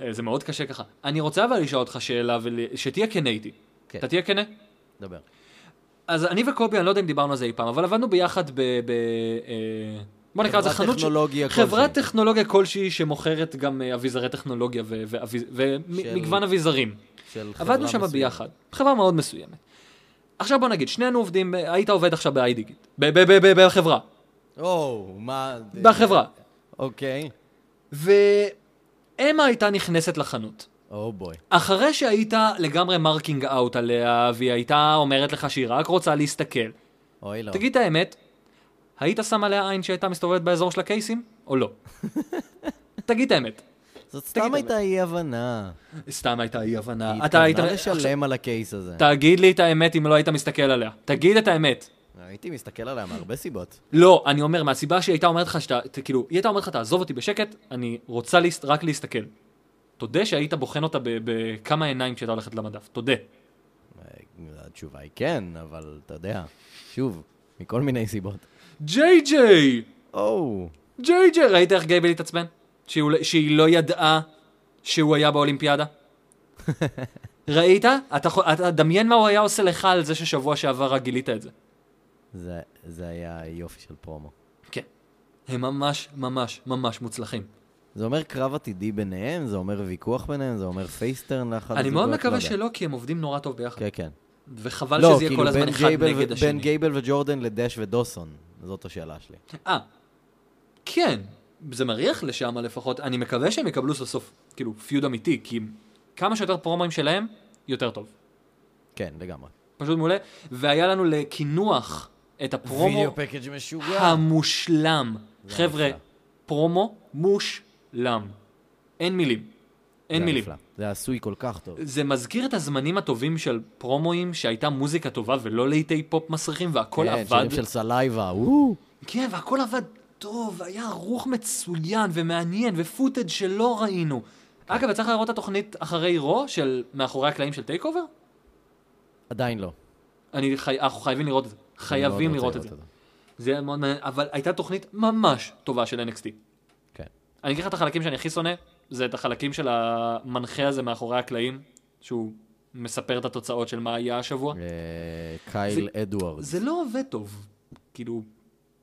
Speaker 1: אה, זה מאוד קשה ככה. אני רוצה אבל לשאול אותך שאלה, ול- שתהיה כנה איתי.
Speaker 2: כן.
Speaker 1: אתה תהיה כנה?
Speaker 2: דבר.
Speaker 1: אז אני וקובי, אני לא יודע אם דיברנו על זה אי פעם, אבל עבדנו ביחד ב... ב אה, בוא נקרא לזה
Speaker 2: חברת
Speaker 1: חנות... ש-
Speaker 2: טכנולוגיה
Speaker 1: חברת
Speaker 2: כלשהי.
Speaker 1: טכנולוגיה כלשהי שמוכרת גם אה, אביזרי טכנולוגיה
Speaker 2: של-
Speaker 1: ומגוון אביזרים.
Speaker 2: של חברה
Speaker 1: עבדנו שם
Speaker 2: מסוימת.
Speaker 1: ביחד, חברה מאוד מסוימת. עכשיו בוא נגיד, שנינו עובדים, ב- היית עובד עכשיו באיידיגיט, ב- ב- ב- ב- בחברה,
Speaker 2: או, מה...
Speaker 1: בחברה.
Speaker 2: אוקיי.
Speaker 1: ואמה הייתה נכנסת לחנות.
Speaker 2: או בוי.
Speaker 1: אחרי שהיית לגמרי מרקינג אאוט עליה, והיא הייתה אומרת לך שהיא רק רוצה להסתכל,
Speaker 2: אוי לא.
Speaker 1: תגיד את האמת, היית שם עליה עין שהייתה מסתובבת באזור של הקייסים, או לא? תגיד את האמת.
Speaker 2: זאת סתם
Speaker 1: תגיד,
Speaker 2: הייתה אי הבנה.
Speaker 1: סתם הייתה אי הבנה.
Speaker 2: היא
Speaker 1: אתה היית...
Speaker 2: התכוונה לשלם על הקייס הזה.
Speaker 1: תגיד לי את האמת אם לא היית מסתכל עליה. תגיד את האמת.
Speaker 2: הייתי מסתכל עליה מהרבה סיבות.
Speaker 1: לא, אני אומר, מהסיבה שהיא הייתה אומרת לך שאתה, ת- כאילו, היא הייתה אומרת לך, תעזוב אותי בשקט, אני רוצה להס... רק להסתכל. תודה שהיית בוחן אותה ב- בכמה עיניים כשהייתה הולכת למדף, תודה.
Speaker 2: התשובה היא כן, אבל אתה יודע, שוב, מכל מיני סיבות.
Speaker 1: ג'יי ג'יי!
Speaker 2: או,
Speaker 1: ג'יי ג'יי! ראית איך גייבל התעצבן? שהיא, אולי- שהיא לא ידעה שהוא היה באולימפיאדה? ראית? אתה, חו- אתה דמיין מה הוא היה עושה לך על זה ששבוע שעבר רק גילית את זה.
Speaker 2: זה- זה היה יופי של פרומו.
Speaker 1: כן. הם ממש ממש ממש מוצלחים.
Speaker 2: זה אומר קרב עתידי ביניהם, זה אומר ויכוח ביניהם, זה אומר פייסטרן לאחד
Speaker 1: אני מאוד
Speaker 2: הזוגות, לא
Speaker 1: מקווה
Speaker 2: יודע.
Speaker 1: שלא, כי הם עובדים נורא טוב ביחד.
Speaker 2: כן, כן.
Speaker 1: וחבל
Speaker 2: לא,
Speaker 1: שזה יהיה
Speaker 2: כאילו
Speaker 1: כל הזמן
Speaker 2: בין
Speaker 1: אחד
Speaker 2: גייבל
Speaker 1: נגד
Speaker 2: ו- בין
Speaker 1: השני.
Speaker 2: גייבל וג'ורדן לדש ודוסון. זאת השאלה שלי.
Speaker 1: אה, כן, זה מריח לשם לפחות. אני מקווה שהם יקבלו סוף סוף, כאילו, פיוד אמיתי, כי כמה שיותר פרומואים שלהם, יותר טוב.
Speaker 2: כן, לגמרי.
Speaker 1: פשוט מעולה. והיה לנו לקינוח את הפרומו
Speaker 2: פקאג' משוגע.
Speaker 1: המושלם.
Speaker 2: זה
Speaker 1: חבר'ה,
Speaker 2: נפלא.
Speaker 1: פרומו מושלם. אין מילים. אין מילים.
Speaker 2: זה עשוי כל כך טוב.
Speaker 1: זה מזכיר את הזמנים הטובים של פרומואים שהייתה מוזיקה טובה ולא לעיתי פופ מסריחים והכל
Speaker 2: כן,
Speaker 1: עבד.
Speaker 2: שירים של סלייבה, וואו.
Speaker 1: כן, והכל עבד טוב, היה ערוך מצוין ומעניין ופוטג' שלא ראינו. אגב, יצא לך לראות את התוכנית אחרי רו של מאחורי הקלעים של טייק אובר?
Speaker 2: עדיין לא.
Speaker 1: אני חי... אנחנו חייבים לראות את זה.
Speaker 2: אני לא
Speaker 1: חייבים
Speaker 2: מאוד
Speaker 1: לראות
Speaker 2: רוצה
Speaker 1: את זה. זה היה מאוד מעניין, אבל הייתה תוכנית ממש טובה של NXT.
Speaker 2: כן.
Speaker 1: אני אגיד לך את החלקים שאני הכי שונא, זה את החלקים של המנחה הזה מאחורי הקלעים, שהוא מספר את התוצאות של מה היה השבוע.
Speaker 2: אה, קייל אדוארדס.
Speaker 1: זה לא עובד טוב. כאילו,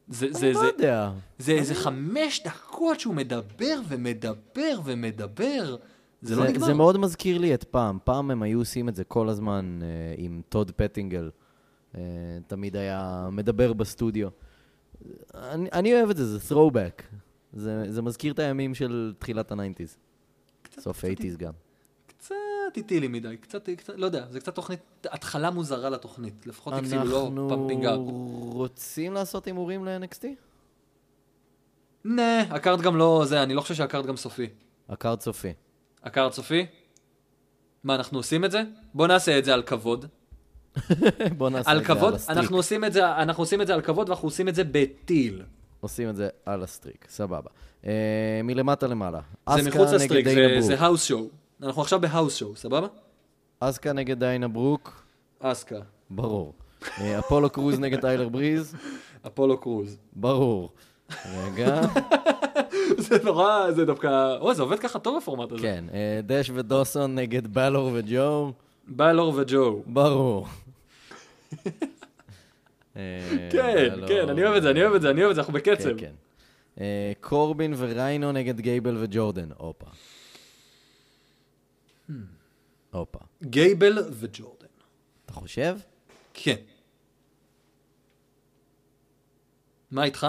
Speaker 1: זה, זה,
Speaker 2: אני
Speaker 1: זה,
Speaker 2: לא יודע.
Speaker 1: זה איזה חמש דקות שהוא מדבר ומדבר ומדבר. זה לא נגמר.
Speaker 2: זה מאוד מזכיר לי את פעם. פעם הם היו עושים את זה כל הזמן אה, עם טוד פטינגל. אה, תמיד היה מדבר בסטודיו. אני אני אוהב את זה, זה throwback. זה זה מזכיר את הימים של תחילת הניינטיז.
Speaker 1: קצת-
Speaker 2: סוף
Speaker 1: קצת-
Speaker 2: האייטיז גם.
Speaker 1: קצת איטי לי מדי, קצת, קצת, לא יודע, זה קצת תוכנית, התחלה מוזרה לתוכנית. לפחות כאילו לא פאמפינג אפ.
Speaker 2: אנחנו רוצים לעשות הימורים ל-NXT?
Speaker 1: נה, הקארד גם לא זה, אני לא חושב שהקארד גם סופי.
Speaker 2: הקארד סופי.
Speaker 1: הקארד סופי? מה, אנחנו עושים את זה? בוא נעשה את זה על כבוד.
Speaker 2: בוא נעשה את
Speaker 1: על
Speaker 2: זה על
Speaker 1: כבוד,
Speaker 2: הסטריק.
Speaker 1: אנחנו עושים את זה, אנחנו עושים את זה על כבוד ואנחנו עושים את זה בטיל.
Speaker 2: עושים את זה על הסטריק, סבבה. אה, מלמטה למעלה.
Speaker 1: זה
Speaker 2: אסקה
Speaker 1: מחוץ
Speaker 2: נגד
Speaker 1: לסטריק,
Speaker 2: דיינה
Speaker 1: זה-
Speaker 2: ברוק.
Speaker 1: זה האוס שואו. אנחנו עכשיו בהאוס שואו, סבבה?
Speaker 2: אסקה נגד דיינה ברוק,
Speaker 1: אסקה,
Speaker 2: ברור. אה, אפולו קרוז נגד טיילר בריז,
Speaker 1: אפולו קרוז.
Speaker 2: ברור. רגע,
Speaker 1: זה נורא, זה דווקא... אוי, זה עובד ככה טוב בפורמט הזה.
Speaker 2: כן. אה, דש ודוסון נגד בלור וג'ו,
Speaker 1: בלור וג'ו.
Speaker 2: כן, ברור. אה,
Speaker 1: כן,
Speaker 2: בלור.
Speaker 1: כן, אני אוהב את זה, אני אוהב את זה, אני אוהב את זה, אנחנו בקצב.
Speaker 2: כן, כן. אה, קורבין וריינו נגד גייבל וג'ורדן, הופה.
Speaker 1: Hmm.
Speaker 2: הופה.
Speaker 1: גייבל וג'ורדן.
Speaker 2: אתה חושב?
Speaker 1: כן. מה איתך?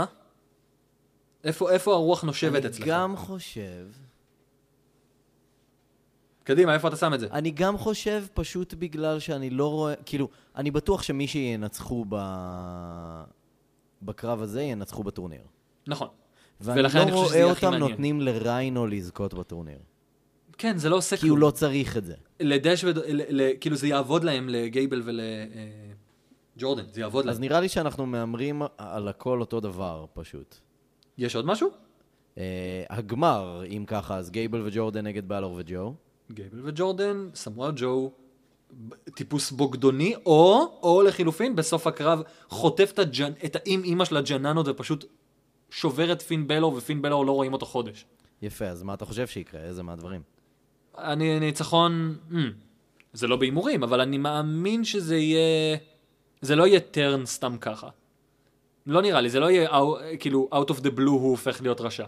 Speaker 1: איפה, איפה הרוח נושבת
Speaker 2: אני
Speaker 1: אצלך?
Speaker 2: גם חושב,
Speaker 1: קדימה, איפה אתה שם את זה?
Speaker 2: אני גם חושב פשוט בגלל שאני לא רואה, כאילו, אני בטוח שמי שינצחו ב... בקרב הזה, ינצחו בטורניר.
Speaker 1: נכון.
Speaker 2: ואני
Speaker 1: ולכן אני
Speaker 2: לא
Speaker 1: חושב שזה יהיה
Speaker 2: רואה
Speaker 1: הכי
Speaker 2: אותם
Speaker 1: מעניין.
Speaker 2: נותנים לריינו לזכות בטורניר.
Speaker 1: כן, זה לא עושה
Speaker 2: כי הוא לא צריך את זה.
Speaker 1: לדש וד... ל... ל... כאילו זה יעבוד להם לגייבל ולג'ורדן, זה יעבוד
Speaker 2: אז
Speaker 1: להם.
Speaker 2: נראה לי שאנחנו מהמרים על הכל אותו דבר, פשוט.
Speaker 1: יש עוד משהו?
Speaker 2: אה, הגמר, אם ככה, אז גייבל וג'ורדן נגד בלור וג'ו.
Speaker 1: גייבל וג'ורדן, סמואל ג'ו, ב- טיפוס בוגדוני, או, או לחילופין, בסוף הקרב חוטף את, הג'נ... את האם אימא של הג'ננות ופשוט שובר את פין בלור, ופין בלור לא רואים אותו חודש.
Speaker 2: יפה, אז מה אתה חושב שיקרה? איזה מהדברים?
Speaker 1: אני ניצחון, mm, זה לא בהימורים, אבל אני מאמין שזה יהיה, זה לא יהיה טרן סתם ככה. לא נראה לי, זה לא יהיה אאו- כאילו out of the blue הוא הופך להיות רשע.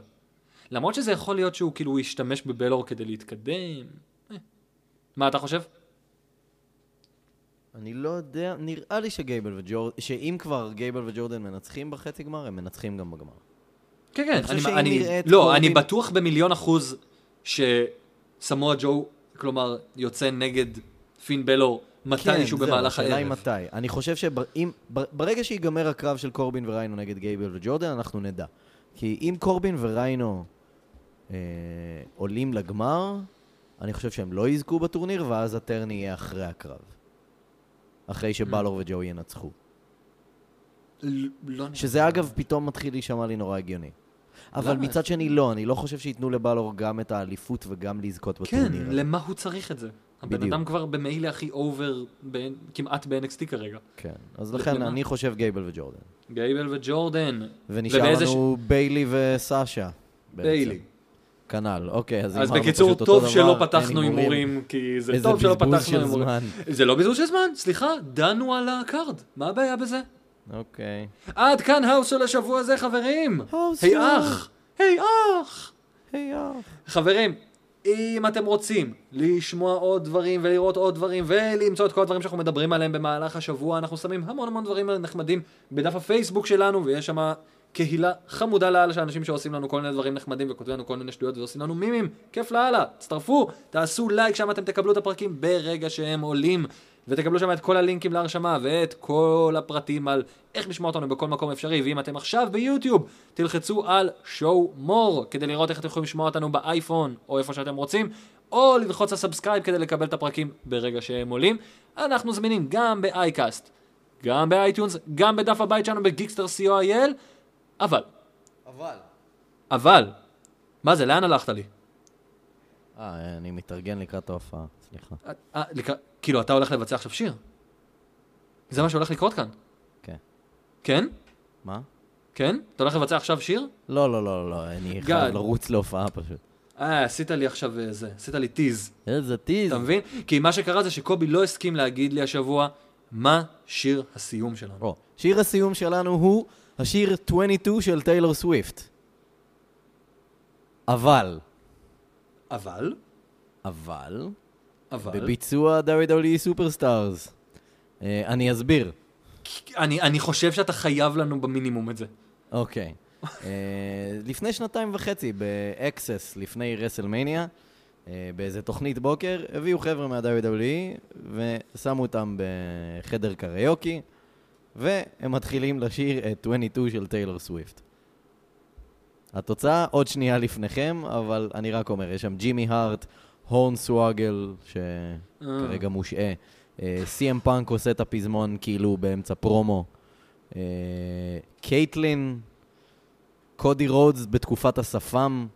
Speaker 1: למרות שזה יכול להיות שהוא כאילו ישתמש בבלור כדי להתקדם. אה. מה אתה חושב?
Speaker 2: אני לא יודע, נראה לי שגייבל וג'ורדן, שאם כבר גייבל וג'ורדן מנצחים בחצי גמר, הם מנצחים גם בגמר.
Speaker 1: כן, כן.
Speaker 2: חושב
Speaker 1: אני,
Speaker 2: שאם
Speaker 1: אני,
Speaker 2: נראה את
Speaker 1: לא,
Speaker 2: קורבין-
Speaker 1: אני בטוח במיליון אחוז שסמואה ג'ו, כלומר, יוצא נגד פין בלור מתישהו במהלך
Speaker 2: כן, השאלה היא
Speaker 1: הערב.
Speaker 2: מתי. אני חושב שברגע שיגמר הקרב של קורבין וריינו נגד גייבל וג'ורדן, אנחנו נדע. כי אם קורבין וריינו אה, עולים לגמר, אני חושב שהם לא יזכו בטורניר, ואז הטרן יהיה אחרי הקרב. אחרי שבלור
Speaker 1: Mm.
Speaker 2: וג'ו ינצחו.
Speaker 1: ל- לא נראה.
Speaker 2: שזה אגב פתאום מתחיל להישמע לי נורא הגיוני. אבל
Speaker 1: למה?
Speaker 2: מצד שני לא, אני לא חושב שייתנו לבלור גם את האליפות וגם לזכות
Speaker 1: כן,
Speaker 2: בטורניר. הזה.
Speaker 1: למה הוא צריך את זה? הבן
Speaker 2: בדיוק.
Speaker 1: אדם כבר במילא הכי אובר ב- כמעט ב-NXT כרגע.
Speaker 2: כן. אז לכן
Speaker 1: למה?
Speaker 2: אני חושב גייבל וג'ורדן.
Speaker 1: גייבל וג'ורדן.
Speaker 2: ונשאר
Speaker 1: ובאיזה
Speaker 2: לנו ביילי וסאשה. בעצם.
Speaker 1: ביילי.
Speaker 2: כנ"ל, אוקיי, אז
Speaker 1: אז
Speaker 2: אמרנו
Speaker 1: בקיצור,
Speaker 2: פשוט אותו
Speaker 1: טוב
Speaker 2: דבר,
Speaker 1: שלא
Speaker 2: אין
Speaker 1: פתחנו הימורים, כי זה
Speaker 2: איזה
Speaker 1: טוב שלא
Speaker 2: בזבוז
Speaker 1: פתחנו
Speaker 2: של
Speaker 1: הימורים.
Speaker 2: זמן.
Speaker 1: זה לא בזבוז של זמן, סליחה, דנו על הקארד. מה הבעיה בזה?
Speaker 2: אוקיי.
Speaker 1: עד כאן האוס של השבוע הזה, חברים.
Speaker 2: האוס
Speaker 1: היי
Speaker 2: של-
Speaker 1: אח! היי אח!
Speaker 2: היי, אה.
Speaker 1: חברים, אם אתם רוצים לשמוע עוד דברים ולראות עוד דברים ולמצוא את כל הדברים שאנחנו מדברים עליהם במהלך השבוע, אנחנו שמים המון המון דברים נחמדים בדף הפייסבוק שלנו, ויש שם קהילה חמודה לאללה של אנשים שעושים לנו כל מיני דברים נחמדים וכותבים לנו כל מיני שטויות ועושים לנו מימים, כיף לאללה, תצטרפו, תעשו לייק, שם אתם תקבלו את הפרקים ברגע שהם עולים. ותקבלו שם את כל הלינקים להרשמה ואת כל הפרטים על איך לשמוע אותנו בכל מקום אפשרי. ואם אתם עכשיו ביוטיוב, תלחצו על show more כדי לראות איך אתם יכולים לשמוע אותנו באייפון או איפה שאתם רוצים, או ללחוץ על סאבסקרייב כדי לקבל את הפרקים ברגע שהם עולים. אנחנו זמינים גם באייקאסט, גם באייטיונס, גם בדף הבית שלנו בגיקסטר co.il, אבל,
Speaker 2: אבל...
Speaker 1: אבל, מה זה, לאן הלכת לי?
Speaker 2: אה, אני מתארגן לקראת ההופעה, סליחה.
Speaker 1: אה, אה, לק... כאילו, אתה הולך לבצע עכשיו שיר? זה מה שהולך לקרות כאן.
Speaker 2: כן.
Speaker 1: כן?
Speaker 2: מה?
Speaker 1: כן? אתה הולך לבצע עכשיו שיר?
Speaker 2: לא, לא, לא, לא, אני
Speaker 1: גד.
Speaker 2: חייב לרוץ להופעה פשוט.
Speaker 1: אה, עשית לי עכשיו אה, זה, עשית לי טיז,
Speaker 2: איזה טיז.
Speaker 1: אתה מבין? כי מה שקרה זה שקובי לא הסכים להגיד לי השבוע מה שיר הסיום שלנו.
Speaker 2: או, שיר הסיום שלנו הוא השיר 22 של טיילור סוויפט. אבל,
Speaker 1: אבל,
Speaker 2: אבל,
Speaker 1: אבל,
Speaker 2: בביצוע WWE סופרסטארס. אה, אני אסביר.
Speaker 1: אני, אני חושב שאתה חייב לנו במינימום את זה.
Speaker 2: אוקיי. אה, לפני שנתיים וחצי, באקסס, לפני רסלמניה, אה, באיזה תוכנית בוקר, הביאו חבר'ה מה-WWE ושמו אותם בחדר קריוקי, והם מתחילים לשיר את 22 של טיילור סוויפט. התוצאה עוד שנייה לפניכם, אבל אני רק אומר, יש שם ג'ימי הארט, הורן סוואגל, שכרגע מושעה, אה, סי.אם פאנק עושה את הפזמון כאילו באמצע פרומו, אה, קייטלין, קודי רודס בתקופת השפם,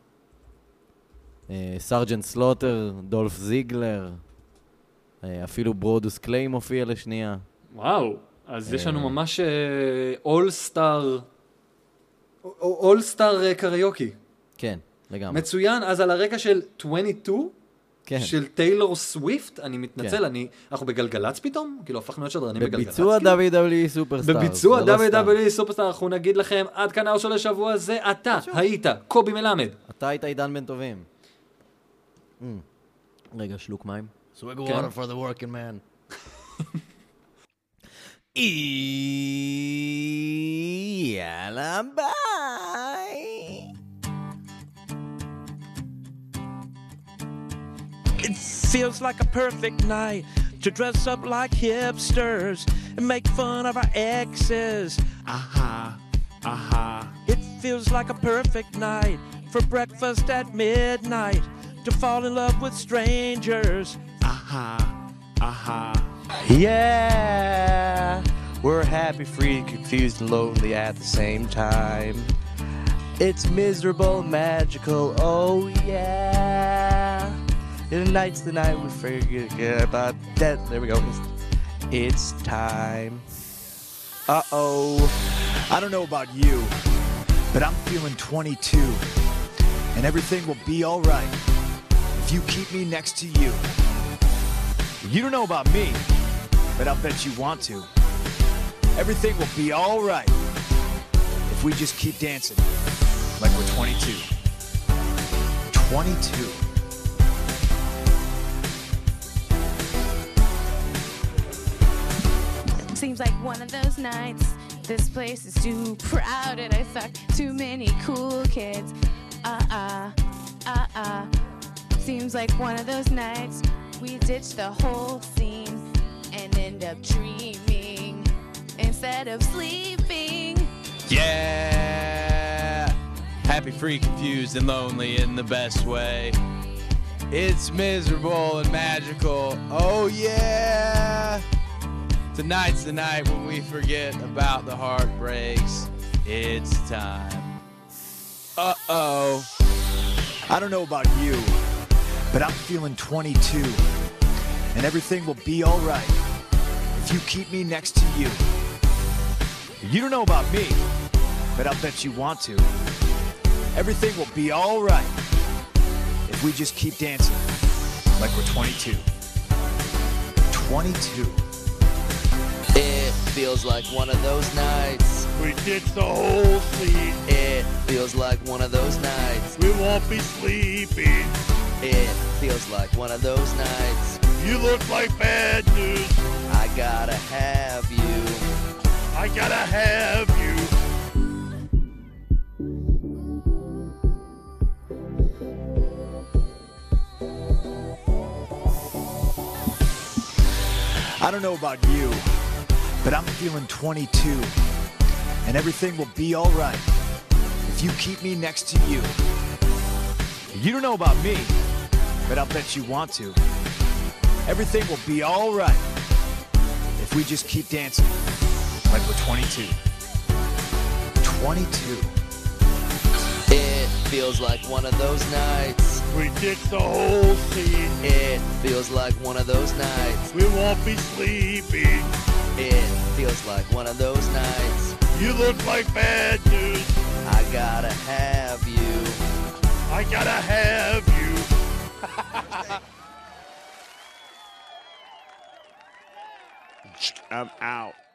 Speaker 2: אה, סרג'נט סלוטר, דולף זיגלר, אה, אפילו ברודוס קליי מופיע לשנייה.
Speaker 1: וואו, אז יש
Speaker 2: אה.
Speaker 1: לנו ממש אה, אולסטאר, אולסטאר קריוקי.
Speaker 2: כן, לגמרי.
Speaker 1: אה, מצוין, אז על הרקע של 22,
Speaker 2: כן.
Speaker 1: של טיילור סוויפט, אני מתנצל, אני... אנחנו בגלגלצ פתאום? כאילו, הפכנו להיות שדרנים בגלגלצ?
Speaker 2: בביצוע
Speaker 1: כאילו?
Speaker 2: WWE סופרסטארס.
Speaker 1: בביצוע
Speaker 2: זה לא סתם.
Speaker 1: WWE סופרסטאר, אנחנו נגיד לכם, עד כאן האושר לשבוע זה, אתה היית קובי מלמד.
Speaker 2: אתה היית עידן בן טובים. Mm. רגע, שלוק מים. סוויג
Speaker 1: water
Speaker 2: for the working man. יאללה ביי!
Speaker 4: It feels like a perfect night to dress up like hipsters and make fun of our exes. Aha, aha. It feels like a perfect night for breakfast at midnight to fall in love with strangers. Aha, aha. Yeah, we're happy, free, confused, and lonely at the same time. It's miserable, magical, oh yeah. And tonight's the night we forget about that. There we go. It's time. Uh oh.
Speaker 5: I don't know about you, but I'm feeling 22, and everything will be alright if you keep me next to you. You don't know about me, but I'll bet you want to. Everything will be alright if we just keep dancing like we're 22. 22.
Speaker 6: Seems like one of those nights. This place is too crowded. I suck too many cool kids. Uh uh, uh uh. Seems like one of those nights. We ditch the whole scene and end up dreaming instead of sleeping.
Speaker 4: Yeah. Happy, free, confused, and lonely in the best way. It's miserable and magical. Oh yeah. Tonight's the night when we forget about the heartbreaks. It's time. Uh oh.
Speaker 5: I don't know about you, but I'm feeling 22, and everything will be alright if you keep me next to you. You don't know about me, but I'll bet you want to. Everything will be alright if we just keep dancing like we're 22. 22.
Speaker 7: It feels like one of those nights.
Speaker 8: We ditched the whole scene.
Speaker 7: It feels like one of those nights.
Speaker 8: We won't be sleeping
Speaker 7: It feels like one of those nights.
Speaker 8: You look like bad news.
Speaker 7: I gotta have you.
Speaker 8: I gotta have you.
Speaker 5: I don't know about you, but I'm feeling 22, and everything will be alright if you keep me next to you. You don't know about me, but I'll bet you want to. Everything will be alright if we just keep dancing like we're 22. 22.
Speaker 7: It feels like one of those nights.
Speaker 8: We ditch the whole scene.
Speaker 7: It feels like one of those nights.
Speaker 8: We won't be sleeping.
Speaker 7: It feels like one of those nights.
Speaker 8: You look like bad news.
Speaker 7: I gotta have you.
Speaker 8: I gotta have you.
Speaker 4: I'm out.